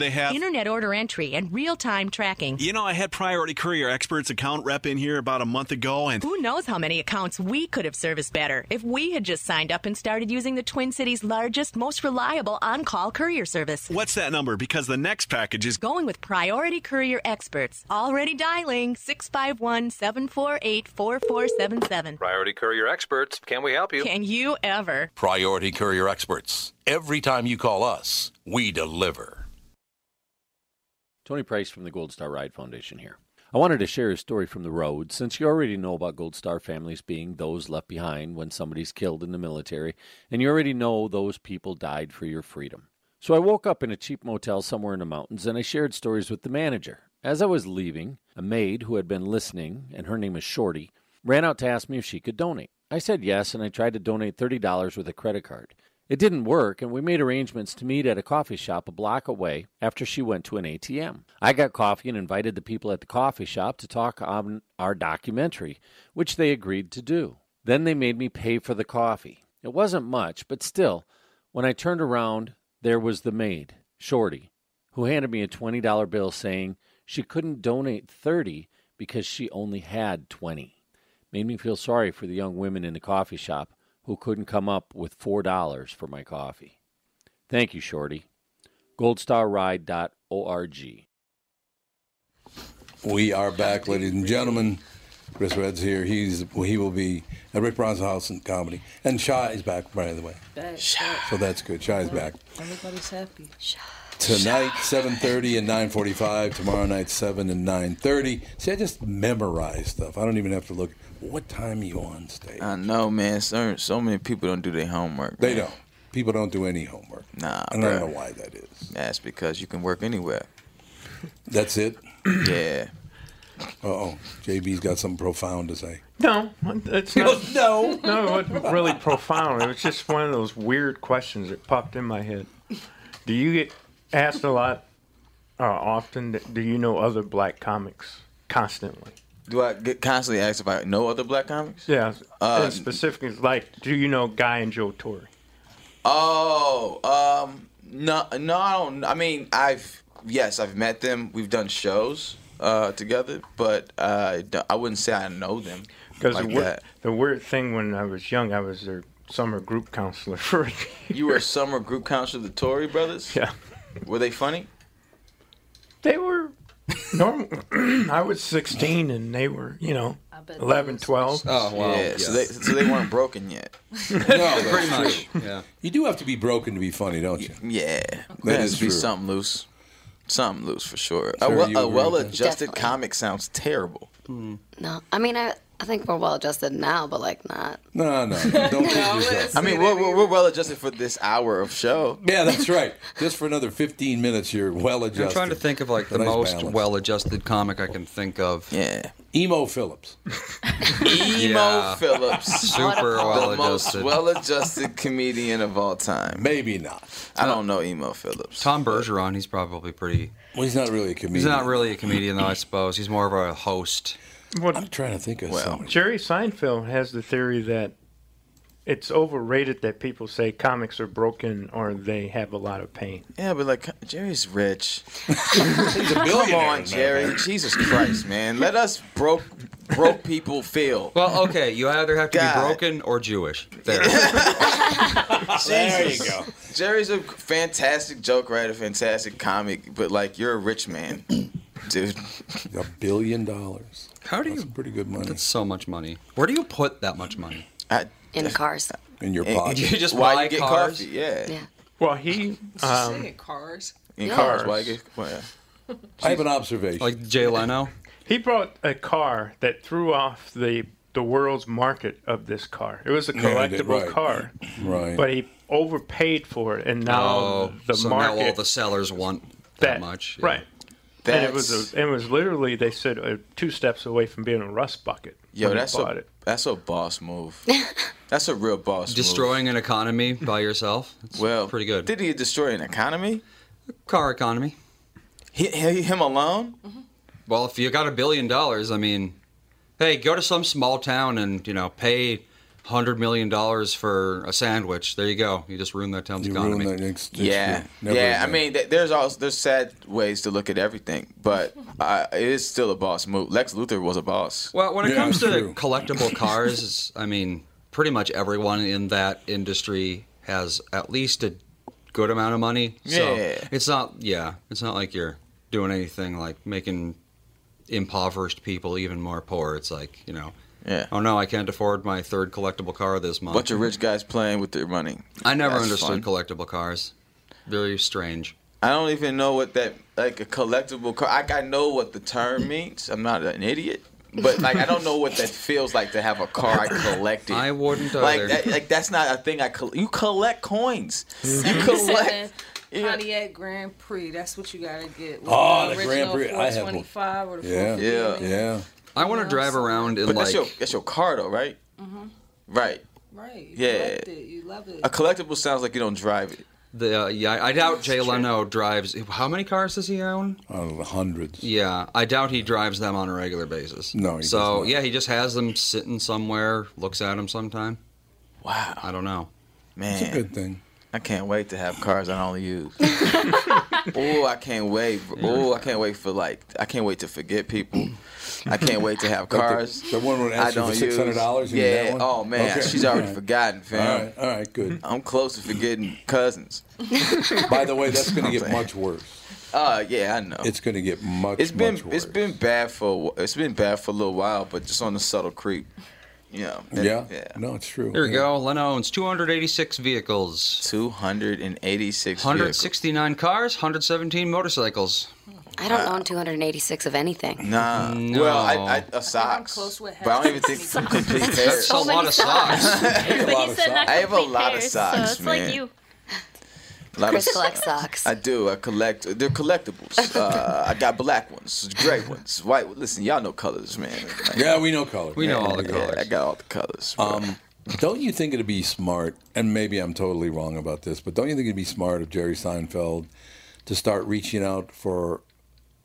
[SPEAKER 11] they have.
[SPEAKER 12] Internet order entry and real time tracking.
[SPEAKER 11] You know, I had Priority Courier Experts account rep in here about a month ago, and
[SPEAKER 12] Who knows how many accounts we could have serviced better if we had just signed up and started using the Twin Cities' largest, most reliable on call courier service.
[SPEAKER 11] what's that number? Because the next package is
[SPEAKER 12] Going with Priority Courier Experts. Already dialing 651 748 4477.
[SPEAKER 13] Priority Courier Experts. Can we help you?
[SPEAKER 12] Can you ever?
[SPEAKER 1] Priority Courier Experts. Every time you call us, we deliver.
[SPEAKER 14] Tony Price from the Gold Star Ride Foundation here. I wanted to share a story from the road since you already know about Gold Star families being those left behind when somebody's killed in the military, and you already know those people died for your freedom. So I woke up in a cheap motel somewhere in the mountains and I shared stories with the manager. As I was leaving, a maid who had been listening, and her name is Shorty, ran out to ask me if she could donate. I said yes, and I tried to donate $30 with a credit card. It didn't work, and we made arrangements to meet at a coffee shop a block away after she went to an ATM. I got coffee and invited the people at the coffee shop to talk on our documentary, which they agreed to do. Then they made me pay for the coffee. It wasn't much, but still, when I turned around, there was the maid, Shorty, who handed me a $20 bill saying she couldn't donate 30 because she only had 20 made me feel sorry for the young women in the coffee shop who couldn't come up with $4 for my coffee. Thank you, Shorty. goldstarride.org.
[SPEAKER 10] We are back, ladies and gentlemen. Chris Red's here. He's he will be at Rick Brown's house in comedy, and Shy is back by the way.
[SPEAKER 7] Back,
[SPEAKER 10] So that's good. Shy is back.
[SPEAKER 7] Everybody's happy.
[SPEAKER 10] tonight 7.30 and 9.45 tomorrow night 7 and 9.30 see i just memorize stuff i don't even have to look what time are you on stage
[SPEAKER 6] I know, man. So, so many people don't do their homework.
[SPEAKER 10] They don't. People don't do any homework.
[SPEAKER 6] Nah,
[SPEAKER 10] I don't know
[SPEAKER 6] bruh.
[SPEAKER 10] why that is.
[SPEAKER 6] That's because you can work anywhere.
[SPEAKER 10] That's it.
[SPEAKER 6] Yeah.
[SPEAKER 10] uh-oh jb's got something profound to say
[SPEAKER 5] No, it's not.
[SPEAKER 10] no,
[SPEAKER 5] no, it wasn't really profound. It was just one of those weird questions that popped in my head. Do you get asked a lot, uh, often? That, do you know other black comics constantly?
[SPEAKER 6] Do I get constantly asked if I know other black comics?
[SPEAKER 5] Yeah,
[SPEAKER 6] Uh,
[SPEAKER 5] and specifically, like, do you know Guy and Joe Torre?
[SPEAKER 6] Oh, um, no, no, I don't. I mean, I've yes, I've met them. We've done shows uh, together, but uh, I don't- I wouldn't say I know them
[SPEAKER 5] Because
[SPEAKER 6] like
[SPEAKER 5] the, weird,
[SPEAKER 6] that.
[SPEAKER 5] the weird thing when I was young, I was their summer group counselor for a
[SPEAKER 6] You were a summer group counselor of the Tory brothers.
[SPEAKER 5] Yeah.
[SPEAKER 6] Were they funny?
[SPEAKER 5] They were Norm, I was 16 and they were, you know, 11, 12.
[SPEAKER 6] Oh, Yeah, So they so they weren't broken yet.
[SPEAKER 10] that's true. You do have to be broken to be funny, don't you?
[SPEAKER 6] Yeah,
[SPEAKER 10] That
[SPEAKER 6] there
[SPEAKER 10] is
[SPEAKER 6] needs to be
[SPEAKER 10] true.
[SPEAKER 6] something loose, something loose for sure.
[SPEAKER 10] Sarah,
[SPEAKER 6] a
[SPEAKER 10] you
[SPEAKER 6] well,
[SPEAKER 10] agree
[SPEAKER 6] a
[SPEAKER 10] with
[SPEAKER 6] well-adjusted
[SPEAKER 8] that?
[SPEAKER 6] comic sounds terrible.
[SPEAKER 8] No, I mean, I, I think we're well adjusted now, but like not.
[SPEAKER 10] No, no, no don't kid yourself.
[SPEAKER 6] I mean, we're, we're, we're well-adjusted for this hour of show.
[SPEAKER 10] Yeah, that's right. Just for another 15 minutes, you're well adjusted.
[SPEAKER 3] I'm trying to think of like the
[SPEAKER 10] Nice
[SPEAKER 3] most
[SPEAKER 10] balance.
[SPEAKER 3] well-adjusted comic I can think of.
[SPEAKER 6] Yeah,
[SPEAKER 10] Emo Phillips.
[SPEAKER 6] Emo Phillips,
[SPEAKER 3] super
[SPEAKER 6] the most
[SPEAKER 3] well-adjusted.
[SPEAKER 6] well-adjusted comedian of all time.
[SPEAKER 10] Maybe not.
[SPEAKER 6] I don't know Emo Phillips.
[SPEAKER 3] Tom Bergeron, he's probably pretty.
[SPEAKER 10] Well, he's not really a comedian.
[SPEAKER 3] He's not really a comedian, though. I suppose he's more of a host.
[SPEAKER 5] What,
[SPEAKER 10] I'm trying to think of something.
[SPEAKER 5] Jerry Seinfeld has the theory that it's overrated that people say comics are broken or they have a lot of pain.
[SPEAKER 6] Yeah, but like Jerry's rich.
[SPEAKER 5] He's
[SPEAKER 6] Come on, Jerry. Jesus Christ, man. Let us broke broke people feel.
[SPEAKER 3] Well, okay, you either have to
[SPEAKER 6] God.
[SPEAKER 3] be broken or Jewish. There.
[SPEAKER 6] There
[SPEAKER 10] you go.
[SPEAKER 6] Jerry's a fantastic joke writer, fantastic comic, but like you're a rich man, dude.
[SPEAKER 10] A billion dollars.
[SPEAKER 3] How do
[SPEAKER 10] you? pretty good money.
[SPEAKER 3] That's so much money. Where do you put that much money?
[SPEAKER 8] In cars.
[SPEAKER 10] In your
[SPEAKER 3] And-
[SPEAKER 10] pocket.
[SPEAKER 3] you just
[SPEAKER 6] Why
[SPEAKER 3] buy
[SPEAKER 6] you get
[SPEAKER 3] cars?
[SPEAKER 6] coffee? Yeah.
[SPEAKER 8] Yeah.
[SPEAKER 5] Well, he.
[SPEAKER 7] Um, saying cars.
[SPEAKER 6] In
[SPEAKER 5] Yeah.
[SPEAKER 6] cars, why you get? Well, yeah.
[SPEAKER 10] I have an observation.
[SPEAKER 3] Like Jay Leno.
[SPEAKER 5] He brought a car that threw off the the world's market of this car. It was a
[SPEAKER 10] Yeah, I did,
[SPEAKER 5] collectible
[SPEAKER 10] right.
[SPEAKER 5] car,
[SPEAKER 10] Right.
[SPEAKER 5] but he overpaid for it, and now
[SPEAKER 3] oh,
[SPEAKER 5] the
[SPEAKER 3] so
[SPEAKER 5] market
[SPEAKER 3] now all the sellers want that, much. yeah.
[SPEAKER 5] right. And it was a, it was literally they said uh, two steps away from being a rust bucket.
[SPEAKER 6] Yo,
[SPEAKER 5] when he
[SPEAKER 6] that's
[SPEAKER 5] bought
[SPEAKER 6] a
[SPEAKER 5] it.
[SPEAKER 6] that's a boss move. That's a real boss.
[SPEAKER 3] Destroying an economy by yourself. It's
[SPEAKER 6] Well,
[SPEAKER 3] pretty good.
[SPEAKER 6] move. Did he destroy an economy?
[SPEAKER 3] Car economy. Mm-hmm.
[SPEAKER 6] He, he, him alone?
[SPEAKER 3] Well, if you got a billion dollars, I mean, hey, go to some small town and you know pay hundred million dollars for a sandwich. There you go. You just ruined that town's
[SPEAKER 10] You
[SPEAKER 3] economy.
[SPEAKER 10] ruined that next. next
[SPEAKER 6] Yeah,
[SPEAKER 10] year. Never
[SPEAKER 6] yeah. I
[SPEAKER 10] again.
[SPEAKER 6] mean, th- there's also there's sad ways to look at everything, but uh, it is still a boss move. Lex Luthor was a boss.
[SPEAKER 3] Well, when it
[SPEAKER 6] Yeah,
[SPEAKER 3] comes to
[SPEAKER 6] that's true.
[SPEAKER 3] collectible cars, it's- I mean, pretty much everyone in that industry has at least a good amount of money.
[SPEAKER 6] Yeah.
[SPEAKER 3] So it's not, yeah, it's not like you're doing anything like making impoverished people even more poor. It's like, you know,
[SPEAKER 6] Yeah.
[SPEAKER 3] oh no, I can't afford my third collectible car this month.
[SPEAKER 6] bunch of rich guys playing with their money.
[SPEAKER 3] I never
[SPEAKER 6] That's fun.
[SPEAKER 3] understood collectible cars. Very strange.
[SPEAKER 6] I don't even know what that like a collectible car. I, I know what the term means. I'm not an idiot, but like I don't know what that feels like to have a car I collected.
[SPEAKER 3] I wouldn't
[SPEAKER 6] like
[SPEAKER 3] either.
[SPEAKER 6] that, like that's not a thing. I col- you collect coins. You collect.
[SPEAKER 7] Pontiac Grand Prix. That's what you gotta get. with
[SPEAKER 6] Oh, the
[SPEAKER 7] original
[SPEAKER 6] Grand Prix. I have one.
[SPEAKER 7] 425 or the
[SPEAKER 6] Yeah.
[SPEAKER 7] 450.
[SPEAKER 6] Yeah.
[SPEAKER 10] Yeah.
[SPEAKER 3] I want to drive around in
[SPEAKER 6] But
[SPEAKER 3] like
[SPEAKER 6] that's your that's your car though, right?
[SPEAKER 7] Mhm.
[SPEAKER 6] Right.
[SPEAKER 7] Right. You
[SPEAKER 6] Yeah.
[SPEAKER 7] collect it. You love it.
[SPEAKER 6] A collectible sounds like you don't drive it.
[SPEAKER 3] the uh, yeah. I doubt Jay Leno drives. How many cars does he own?
[SPEAKER 10] I don't know, hundreds.
[SPEAKER 3] Yeah, I doubt he drives them on a regular basis.
[SPEAKER 10] No, he
[SPEAKER 3] so
[SPEAKER 10] does not.
[SPEAKER 3] yeah, he just has them sitting somewhere, looks at them sometime.
[SPEAKER 6] Wow.
[SPEAKER 3] I don't know.
[SPEAKER 6] Man.
[SPEAKER 10] It's a good thing.
[SPEAKER 6] I can't wait to have cars I don't use. oh, I can't wait. Oh, I can't wait for like I can't wait to forget people. I can't wait to have
[SPEAKER 10] Like the-
[SPEAKER 6] cars.
[SPEAKER 10] the one where it asks
[SPEAKER 6] I
[SPEAKER 10] you for
[SPEAKER 6] don't
[SPEAKER 10] $600,
[SPEAKER 6] use.
[SPEAKER 10] you mean that
[SPEAKER 6] Yeah.
[SPEAKER 10] one?
[SPEAKER 6] Oh man,
[SPEAKER 10] Okay.
[SPEAKER 6] she's already
[SPEAKER 10] All right.
[SPEAKER 6] forgotten, fam.
[SPEAKER 10] All right, all right, good.
[SPEAKER 6] I'm close to forgetting cousins.
[SPEAKER 10] By the way, that's going to
[SPEAKER 6] I'm
[SPEAKER 10] get
[SPEAKER 6] saying.
[SPEAKER 10] much worse.
[SPEAKER 6] Uh, yeah, I know.
[SPEAKER 10] It's going to get much.
[SPEAKER 6] it's been
[SPEAKER 10] much worse.
[SPEAKER 6] it's been bad for a wh- it's been bad for a little while, but just on the subtle creep. Yeah.
[SPEAKER 10] Yeah. No, it's true.
[SPEAKER 3] Here we go. Leno owns 286 vehicles,
[SPEAKER 6] 286
[SPEAKER 3] 169 cars, 117 motorcycles.
[SPEAKER 8] I don't own 286 of anything.
[SPEAKER 6] Nah.
[SPEAKER 3] No.
[SPEAKER 6] Well, I, I a socks. but I don't even think I'm complete pair.
[SPEAKER 3] That's a lot of
[SPEAKER 6] lot
[SPEAKER 3] socks.
[SPEAKER 2] But he
[SPEAKER 6] of
[SPEAKER 2] said
[SPEAKER 6] socks.
[SPEAKER 2] not
[SPEAKER 6] I have a
[SPEAKER 2] complete
[SPEAKER 6] lot of
[SPEAKER 2] pairs,
[SPEAKER 6] socks,
[SPEAKER 2] so it's
[SPEAKER 6] man.
[SPEAKER 2] like you.
[SPEAKER 6] A lot of
[SPEAKER 8] Chris collects socks.
[SPEAKER 6] I do. I collect. They're collectibles. Uh, I got black ones, gray ones, white. Listen, y'all know colors, man. Like,
[SPEAKER 10] Yeah, we know colors.
[SPEAKER 3] We know all the
[SPEAKER 6] yeah,
[SPEAKER 3] colors.
[SPEAKER 6] I got all the colors. bro.
[SPEAKER 10] Um, don't you think it'd be smart? And maybe I'm totally wrong about this, but don't you think it'd be smart of Jerry Seinfeld to start reaching out for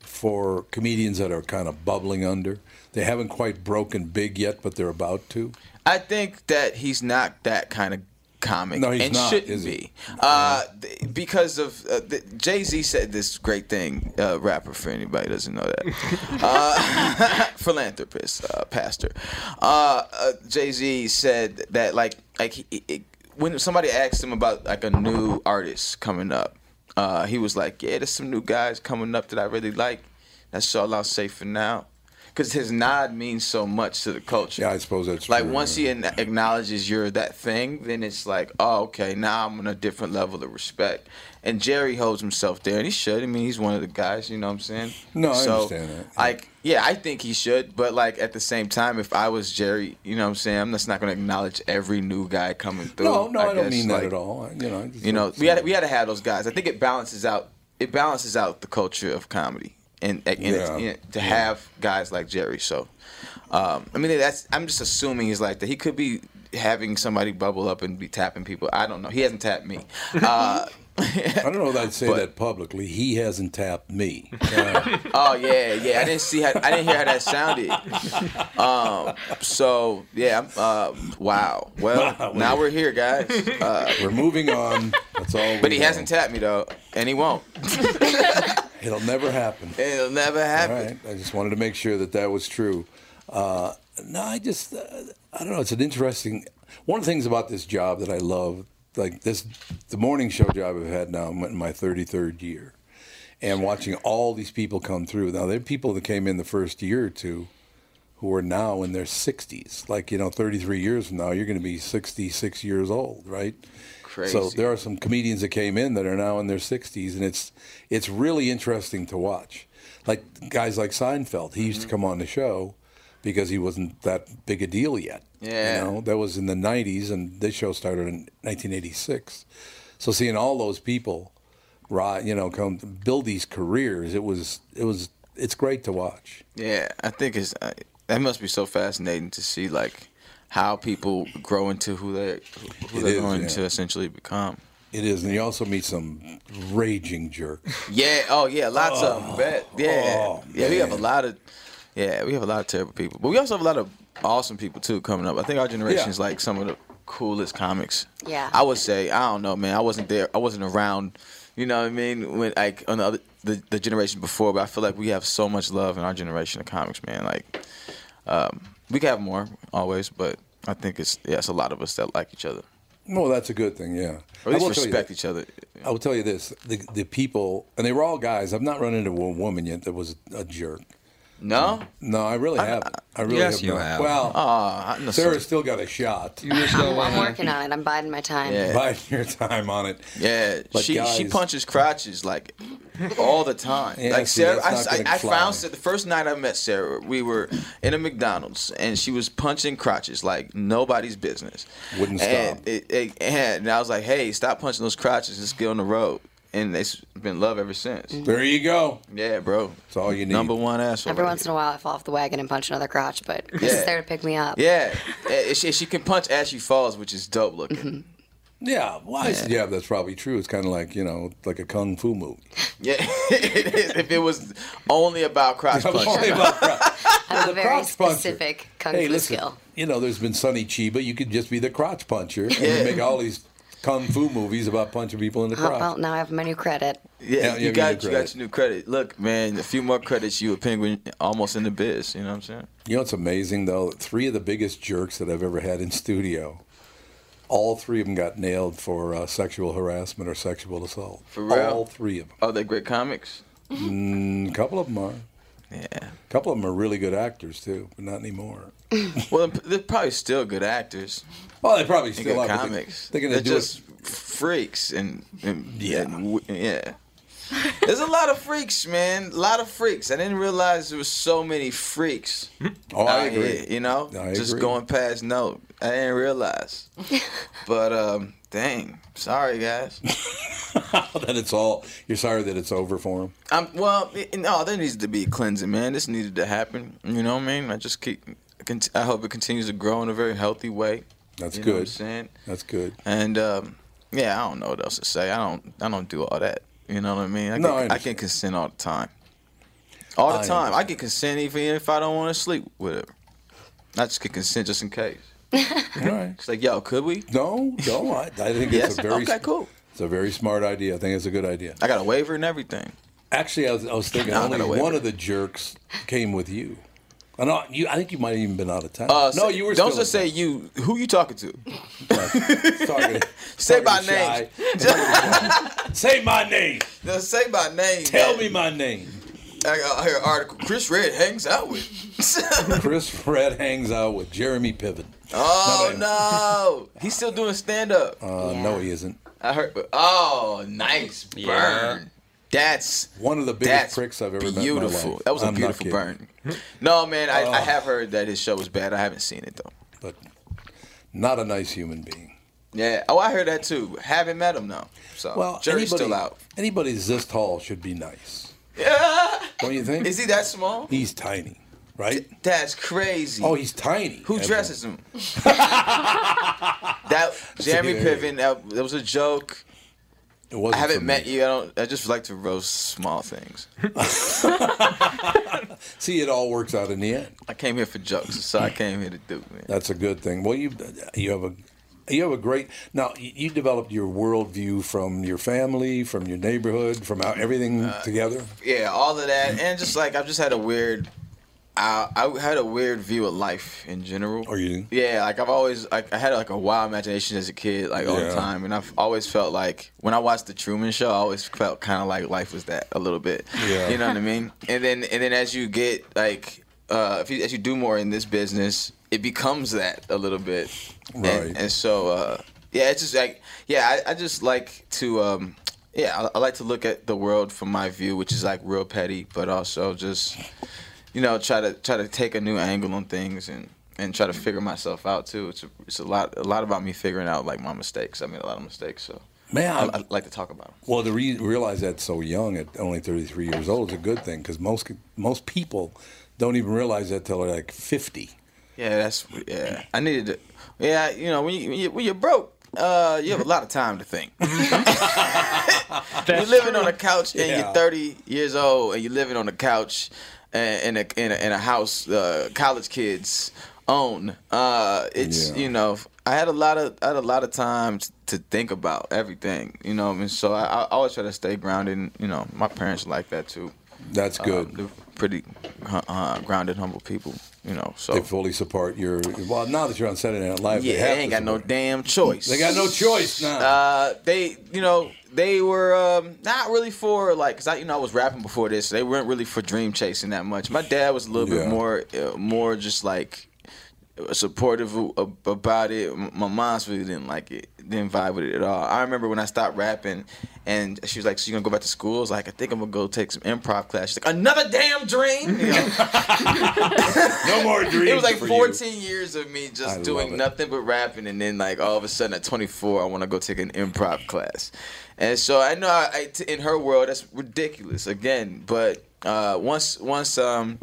[SPEAKER 10] for comedians that are kind of bubbling under? They haven't quite broken big yet, but they're about to.
[SPEAKER 6] I think that he's not that kind of comic.
[SPEAKER 10] No, he's
[SPEAKER 6] and
[SPEAKER 10] not,
[SPEAKER 6] Shouldn't
[SPEAKER 10] is he?
[SPEAKER 6] be. Uh, th- because of uh, Jay Z said this great thing. Uh, rapper for anybody who doesn't know that. uh, philanthropist, uh, pastor. Uh, uh, Jay Z said that like like he, it, when somebody asked him about like a new artist coming up, uh, he was like, yeah, there's some new guys coming up that I really like. That's all I'll say for now. Because his nod means so much to the culture.
[SPEAKER 1] Yeah, I suppose that's
[SPEAKER 6] like
[SPEAKER 1] true,
[SPEAKER 6] once he an- acknowledges you're that thing, then it's like, oh, okay, now I'm on a different level of respect. And Jerry holds himself there, and he should. I mean, he's one of the guys. You know what I'm saying?
[SPEAKER 1] No, I
[SPEAKER 6] So,
[SPEAKER 1] understand that.
[SPEAKER 6] Like, yeah, I think he should, but like at the same time, if I was Jerry, you know what I'm saying? I'm just not gonna acknowledge every new guy coming through.
[SPEAKER 1] no, no, I, don't
[SPEAKER 6] guess,
[SPEAKER 1] mean that
[SPEAKER 6] like,
[SPEAKER 1] at all. I- You know, I just
[SPEAKER 6] you know,
[SPEAKER 1] don't
[SPEAKER 6] we had we had to have those guys. I think it balances out. It balances out the culture of comedy, and, and it's-
[SPEAKER 1] Yeah.
[SPEAKER 6] and to
[SPEAKER 1] Yeah.
[SPEAKER 6] have guys like Jerry. So, um, I mean, that's I'm just assuming he's like that. He could be having somebody bubble up and be tapping people. I don't know. He hasn't tapped me. Uh, I
[SPEAKER 1] don't know that I'd say that publicly. He hasn't tapped me.
[SPEAKER 6] oh yeah, yeah. I didn't see how I didn't hear how that sounded. Um, so yeah, I'm, uh, wow. Well,
[SPEAKER 1] Wow.
[SPEAKER 6] now we're here, guys. Uh,
[SPEAKER 1] we're moving on. That's all.
[SPEAKER 6] But
[SPEAKER 1] we
[SPEAKER 6] he
[SPEAKER 1] know.
[SPEAKER 6] hasn't tapped me though, and he won't.
[SPEAKER 1] It'll never happen.
[SPEAKER 6] It'll never happen.
[SPEAKER 1] All right. I just wanted to make sure that that was true. Uh, no, I just, uh, I don't know. It's an interesting. One of the things about this job that I love, like this, the morning show job I've had now, I'm in my 33rd year, and watching all these people come through. Now, there are people that came in the first year or two who are now in their 60s. Like, you know, 33 years from now, you're going to be 66 years old, right? So
[SPEAKER 6] Crazy.
[SPEAKER 1] there are some comedians that came in that are now in their 60s, and it's it's really interesting to watch. Like guys like Seinfeld, he used
[SPEAKER 6] Mm-hmm.
[SPEAKER 1] to come on the show because he wasn't that big a deal yet.
[SPEAKER 6] Yeah.
[SPEAKER 1] You know, that was in the 90s, and this show started in 1986. So seeing all those people, right, you know, come build these careers, it was it was it's great to watch.
[SPEAKER 6] Yeah, I think it's I, that must be so fascinating to see like how people grow into who they who
[SPEAKER 1] It
[SPEAKER 6] they're
[SPEAKER 1] is,
[SPEAKER 6] going
[SPEAKER 1] yeah.
[SPEAKER 6] to essentially become.
[SPEAKER 1] It is, and you also meet some raging jerks.
[SPEAKER 6] Yeah. Oh yeah. Lots of 'em,
[SPEAKER 1] Oh,
[SPEAKER 6] Bet. Yeah.
[SPEAKER 1] oh,
[SPEAKER 6] yeah. We have a
[SPEAKER 1] man.
[SPEAKER 6] lot of. Yeah, we have a lot of terrible people, but we also have a lot of awesome people too coming up. I think our generation
[SPEAKER 8] Yeah.
[SPEAKER 6] is like some of the coolest comics.
[SPEAKER 8] Yeah.
[SPEAKER 6] I would say I don't know, man. I wasn't there. I wasn't around. You know what I mean? When like on the other the, the generation before, but I feel like we have so much love in our generation of comics, man. Like um, we could have more always, but I think it's yeah, it's a lot of us that like each other.
[SPEAKER 1] No, that's a good thing. Yeah,
[SPEAKER 6] Or
[SPEAKER 1] I
[SPEAKER 6] at
[SPEAKER 1] will
[SPEAKER 6] least
[SPEAKER 1] tell you
[SPEAKER 6] respect
[SPEAKER 1] that.
[SPEAKER 6] each other.
[SPEAKER 1] I will tell you this: the the people, and they were all guys. I've not run into a woman yet that was a jerk.
[SPEAKER 6] No,
[SPEAKER 1] no, I really haven't. I really
[SPEAKER 6] Yes,
[SPEAKER 1] have
[SPEAKER 6] you
[SPEAKER 1] not.
[SPEAKER 6] have.
[SPEAKER 1] Well,
[SPEAKER 6] Aw, I'm sorry.
[SPEAKER 1] Sarah's still got a shot.
[SPEAKER 8] I'm, I'm working on it. I'm biding my time.
[SPEAKER 1] Biding your time on it.
[SPEAKER 6] Yeah,
[SPEAKER 1] But
[SPEAKER 6] she she
[SPEAKER 1] guys-
[SPEAKER 6] punches crotches like all the time.
[SPEAKER 1] Yeah,
[SPEAKER 6] like
[SPEAKER 1] see,
[SPEAKER 6] Sarah, I,
[SPEAKER 1] that's not
[SPEAKER 6] I,
[SPEAKER 1] gonna
[SPEAKER 6] I
[SPEAKER 1] fly.
[SPEAKER 6] found Sarah, the first night I met Sarah, we were in a McDonald's and she was punching crotches like nobody's business.
[SPEAKER 1] Wouldn't
[SPEAKER 6] and
[SPEAKER 1] stop.
[SPEAKER 6] It, it, and I was like, hey, stop punching those crotches. Let's get on the road. And it's been love ever since.
[SPEAKER 1] Mm-hmm. There you go.
[SPEAKER 6] Yeah, bro. It's
[SPEAKER 1] all you need.
[SPEAKER 6] Number one asshole.
[SPEAKER 8] Every
[SPEAKER 6] right
[SPEAKER 8] once in a while, I fall off the wagon and punch another crotch, but
[SPEAKER 6] Yeah.
[SPEAKER 8] she's there to pick me up.
[SPEAKER 6] Yeah, and she, she can punch as she falls, which is dope looking.
[SPEAKER 8] Mm-hmm.
[SPEAKER 1] Yeah, why? Yeah. that's probably true. It's kind of like you know, like a kung fu movie.
[SPEAKER 6] Yeah, it is. If it was only about crotch
[SPEAKER 1] If it was
[SPEAKER 6] punching,
[SPEAKER 1] only about
[SPEAKER 8] I'm a very
[SPEAKER 1] crotch puncher.
[SPEAKER 8] specific kung
[SPEAKER 1] hey,
[SPEAKER 8] fu
[SPEAKER 1] listen,
[SPEAKER 8] skill.
[SPEAKER 1] you know, there's been Sonny Chiba. You could just be the crotch puncher and you make all these kung fu movies about punching people in the
[SPEAKER 8] Uh,
[SPEAKER 1] crotch.
[SPEAKER 8] well, now I have my new credit.
[SPEAKER 6] Yeah, you,
[SPEAKER 1] Yeah, yeah,
[SPEAKER 6] got
[SPEAKER 1] you
[SPEAKER 6] you
[SPEAKER 1] got
[SPEAKER 6] got your new credit. Look, man, a few more credits, you a penguin almost in the biz. You know what I'm saying?
[SPEAKER 1] You know what's amazing though? Three of the biggest jerks that I've ever had in studio, all three of them got nailed for uh, sexual harassment or sexual assault.
[SPEAKER 6] For real?
[SPEAKER 1] All three of them.
[SPEAKER 6] Are they great comics?
[SPEAKER 1] Mm, a couple of them are.
[SPEAKER 6] Yeah.
[SPEAKER 1] A couple of them are really good actors too, but not anymore.
[SPEAKER 6] well, they're probably still good actors.
[SPEAKER 1] Well, they probably
[SPEAKER 6] They're
[SPEAKER 1] still
[SPEAKER 6] good
[SPEAKER 1] are, but they-
[SPEAKER 6] comics.
[SPEAKER 1] they're
[SPEAKER 6] They're,
[SPEAKER 1] gonna do it-
[SPEAKER 6] just freaks and, and yeah, yeah. There's a lot of freaks, man. A lot of freaks. I didn't realize there was so many freaks.
[SPEAKER 1] Oh, I
[SPEAKER 6] out
[SPEAKER 1] agree.
[SPEAKER 6] here, you know,
[SPEAKER 1] I
[SPEAKER 6] just
[SPEAKER 1] agree.
[SPEAKER 6] going past note. I didn't realize. but um, dang, sorry guys.
[SPEAKER 1] that it's all. You're sorry that it's over for them.
[SPEAKER 6] Um, well, it, no, there needs to be a cleansing, man. This needed to happen. You know what I mean? I just keep. cont- I hope it continues to grow in a very healthy way.
[SPEAKER 1] That's
[SPEAKER 6] You know
[SPEAKER 1] good.
[SPEAKER 6] what I'm saying?
[SPEAKER 1] That's good.
[SPEAKER 6] And um, yeah, I don't know what else to say. I don't. I don't do all that. You know what I mean? I can, I,
[SPEAKER 1] No, I
[SPEAKER 6] can
[SPEAKER 1] understand.
[SPEAKER 6] consent all the time. All the
[SPEAKER 1] I
[SPEAKER 6] time. Oh, I can consent even if I don't want to sleep with her. I just can consent just in case.
[SPEAKER 1] All right.
[SPEAKER 6] It's like, yo, could we?
[SPEAKER 1] No, no. I, I think
[SPEAKER 6] Yes?
[SPEAKER 1] it's a very
[SPEAKER 6] Okay, cool.
[SPEAKER 1] It's a very smart idea. I think it's a good idea.
[SPEAKER 6] I got a waiver and everything.
[SPEAKER 1] Actually, I was, I was thinking
[SPEAKER 6] No, I
[SPEAKER 1] only
[SPEAKER 6] got away
[SPEAKER 1] one
[SPEAKER 6] with
[SPEAKER 1] of the jerks came with you. And I, you, I think you might have even been out of town.
[SPEAKER 6] Uh,
[SPEAKER 1] no,
[SPEAKER 6] say-
[SPEAKER 1] you were.
[SPEAKER 6] Don't
[SPEAKER 1] still
[SPEAKER 6] just say you. Who you talking to?
[SPEAKER 1] talking,
[SPEAKER 6] say my
[SPEAKER 1] talking
[SPEAKER 6] name.
[SPEAKER 1] to Shy. say my name.
[SPEAKER 6] Just say my name.
[SPEAKER 1] Tell
[SPEAKER 6] man.
[SPEAKER 1] me my name.
[SPEAKER 6] I got here an article. Chris Red hangs out with.
[SPEAKER 1] Chris Red hangs out with Jeremy Piven.
[SPEAKER 6] Oh no, he's still doing stand up.
[SPEAKER 1] Uh, No, he isn't.
[SPEAKER 6] I heard. but- Oh, nice burn. That's
[SPEAKER 1] one of the biggest pricks I've ever met in my
[SPEAKER 6] Beautiful.
[SPEAKER 1] life.
[SPEAKER 6] That was a
[SPEAKER 1] I'm not
[SPEAKER 6] beautiful
[SPEAKER 1] kidding. Oh.
[SPEAKER 6] burn. No, man, I, I have heard that his show was bad. I haven't seen it though.
[SPEAKER 1] But not a nice human being.
[SPEAKER 6] Yeah. Oh, I heard that too. Haven't met him though. So
[SPEAKER 1] Well,
[SPEAKER 6] jury's
[SPEAKER 1] anybody,
[SPEAKER 6] still out.
[SPEAKER 1] Anybody's this tall should be nice.
[SPEAKER 6] Yeah.
[SPEAKER 1] Don't you think?
[SPEAKER 6] Is he that small?
[SPEAKER 1] He's tiny, right?
[SPEAKER 6] That's crazy.
[SPEAKER 1] Oh, he's tiny.
[SPEAKER 6] Who
[SPEAKER 1] Evan.
[SPEAKER 6] dresses him? that Jeremy
[SPEAKER 1] good
[SPEAKER 6] Piven. That, that was a joke.
[SPEAKER 1] It wasn't
[SPEAKER 6] I
[SPEAKER 1] for
[SPEAKER 6] haven't
[SPEAKER 1] me.
[SPEAKER 6] met you. I don't. I just like to roast small things.
[SPEAKER 1] See, it all works out in the end.
[SPEAKER 6] I came here for jokes, so I came here to do. Man.
[SPEAKER 1] That's a good thing. Well, you you have a you have a great now. You you developed your worldview from your family, from your neighborhood, from how everything together.
[SPEAKER 6] Uh, Yeah, all of that, and just like I've just had a weird. I, I had a weird view of life in general.
[SPEAKER 1] Are Oh, you?
[SPEAKER 6] Yeah, like I've always like I had like a wild imagination as a kid, like all
[SPEAKER 1] Yeah.
[SPEAKER 6] the time, and I've always felt like when I watched the Truman Show, I always felt kind of like life was that a little bit.
[SPEAKER 1] Yeah.
[SPEAKER 6] you know what I mean. And then and then as you get like uh, if you, as you do more in this business, it becomes that a little bit. And-
[SPEAKER 1] Right.
[SPEAKER 6] And, so uh, yeah, it's just like yeah, I, I just like to um, yeah, I, I like to look at the world from my view, which is like real petty, but also just you know try to try to take a new angle on things and and try to figure myself out too. It's a, it's a lot a lot about me figuring out like my mistakes. I made a lot of mistakes, so
[SPEAKER 1] Man,
[SPEAKER 6] I,
[SPEAKER 1] I-
[SPEAKER 6] I like to talk about them.
[SPEAKER 1] Well, to re- realize that so young at only 33 years old is a good thing because most most people don't even realize that till they're like 50.
[SPEAKER 6] Yeah, that's yeah. I needed to. Yeah, you know when you when, you, when you're broke. Uh, you have a lot of time to think. you're living on a couch and
[SPEAKER 1] Yeah.
[SPEAKER 6] you're 30 years old and you're living on a couch and in a in a, in a house uh, college kids own. Uh, it's
[SPEAKER 1] Yeah.
[SPEAKER 6] you know I had a lot of I had a lot of time t- to think about everything. You know, and so I, I always try to stay grounded. And, you know, my parents like that too.
[SPEAKER 1] That's good.
[SPEAKER 6] they're pretty uh, uh, grounded, humble people. You know, so
[SPEAKER 1] They fully support your. Well, now that you're on Saturday Night Live,
[SPEAKER 6] yeah,
[SPEAKER 1] they have
[SPEAKER 6] they ain't
[SPEAKER 1] to
[SPEAKER 6] got no
[SPEAKER 1] support
[SPEAKER 6] damn choice.
[SPEAKER 1] They got no choice now.
[SPEAKER 6] Uh, they, you know, they were um, not really for like, cause I, you know, I was rapping before this. So they weren't really for dream chasing that much. My dad was a little
[SPEAKER 1] Yeah.
[SPEAKER 6] bit more, uh, more just like supportive a- a- about it. M- My mom's really didn't like it, didn't vibe with it at all. I remember when I stopped rapping, and she was like, "So you gonna go back to school?" I was like, "I think I'm gonna go take some improv class." She's like, "Another damn dream." You know?
[SPEAKER 1] no more dreams.
[SPEAKER 6] It was like
[SPEAKER 1] for you.
[SPEAKER 6] 14 years of me just
[SPEAKER 1] I love it.
[SPEAKER 6] doing nothing but rapping, and then like all of a sudden at 24, I want to go take an improv class, and so I know I, I t- in her world that's ridiculous again, but uh, once once um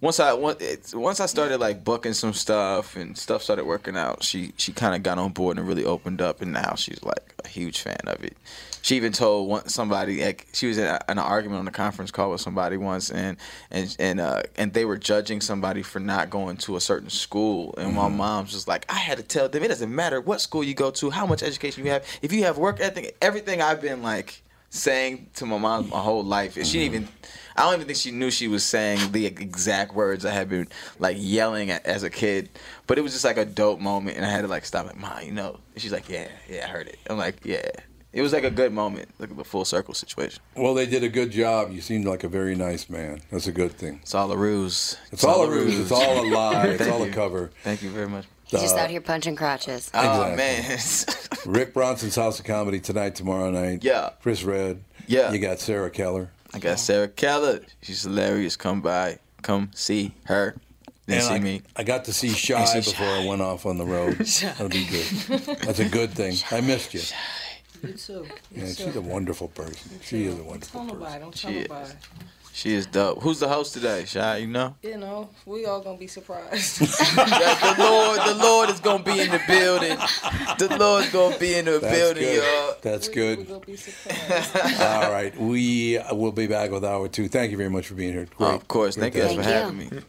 [SPEAKER 6] once I once, it's- once I started like booking some stuff and stuff started working out, she she kind of got on board and really opened up, and now she's like a huge fan of it. She even told one, somebody like she was in, a, in an argument on a conference call with somebody once, and and and uh, and they were judging somebody for not going to a certain school, and my mom's just like, I had to tell them it doesn't matter what school you go to, how much education you have, if you have work ethic, everything I've been like saying to my mom my whole life, and she didn't even. I don't even think she knew she was saying the exact words I had been like yelling at, as a kid, but it was just like a dope moment, and I had to like stop, like, "Ma, you know?" And she's like, "Yeah, yeah, I heard it." I'm like, "Yeah." It was like a good moment, like the full circle situation.
[SPEAKER 1] Well, they did a good job. You seemed like a very nice man. That's a good thing. It's
[SPEAKER 6] all a ruse.
[SPEAKER 1] It's, all a ruse. It's all a lie. It's
[SPEAKER 6] Thank
[SPEAKER 1] all a
[SPEAKER 6] you.
[SPEAKER 1] cover.
[SPEAKER 6] Thank you very much. Oh,
[SPEAKER 8] He's
[SPEAKER 1] Uh,
[SPEAKER 8] just out here punching crotches.
[SPEAKER 1] Exactly. Rick Bronson's House of Comedy tonight, tomorrow night.
[SPEAKER 6] Yeah.
[SPEAKER 1] Chris Red.
[SPEAKER 6] Yeah.
[SPEAKER 1] You got Sarah Keller.
[SPEAKER 6] I got Sarah Keller. She's hilarious. Come by, come see her, then
[SPEAKER 1] And
[SPEAKER 6] see
[SPEAKER 1] I,
[SPEAKER 6] me.
[SPEAKER 1] I got to see Shy
[SPEAKER 6] And see
[SPEAKER 1] before I went off on the road. That'll be good. That's a good thing. I missed you.
[SPEAKER 7] You too.
[SPEAKER 1] Yeah, she's a wonderful person. She is a wonderful.
[SPEAKER 7] Tell nobody. Don't tell
[SPEAKER 6] She is.
[SPEAKER 7] nobody.
[SPEAKER 6] She is dope. Who's the host today, Shy? You know.
[SPEAKER 7] You know, we all gonna be surprised.
[SPEAKER 6] the Lord, the Lord is gonna be in the building. The Lord's gonna be in the
[SPEAKER 1] That's
[SPEAKER 6] building, y'all.
[SPEAKER 1] good. That's good. All right, we will be back with hour two. Thank you very much for being here. Great,
[SPEAKER 6] of course,
[SPEAKER 1] great
[SPEAKER 6] thank you guys for
[SPEAKER 1] to have
[SPEAKER 6] having me.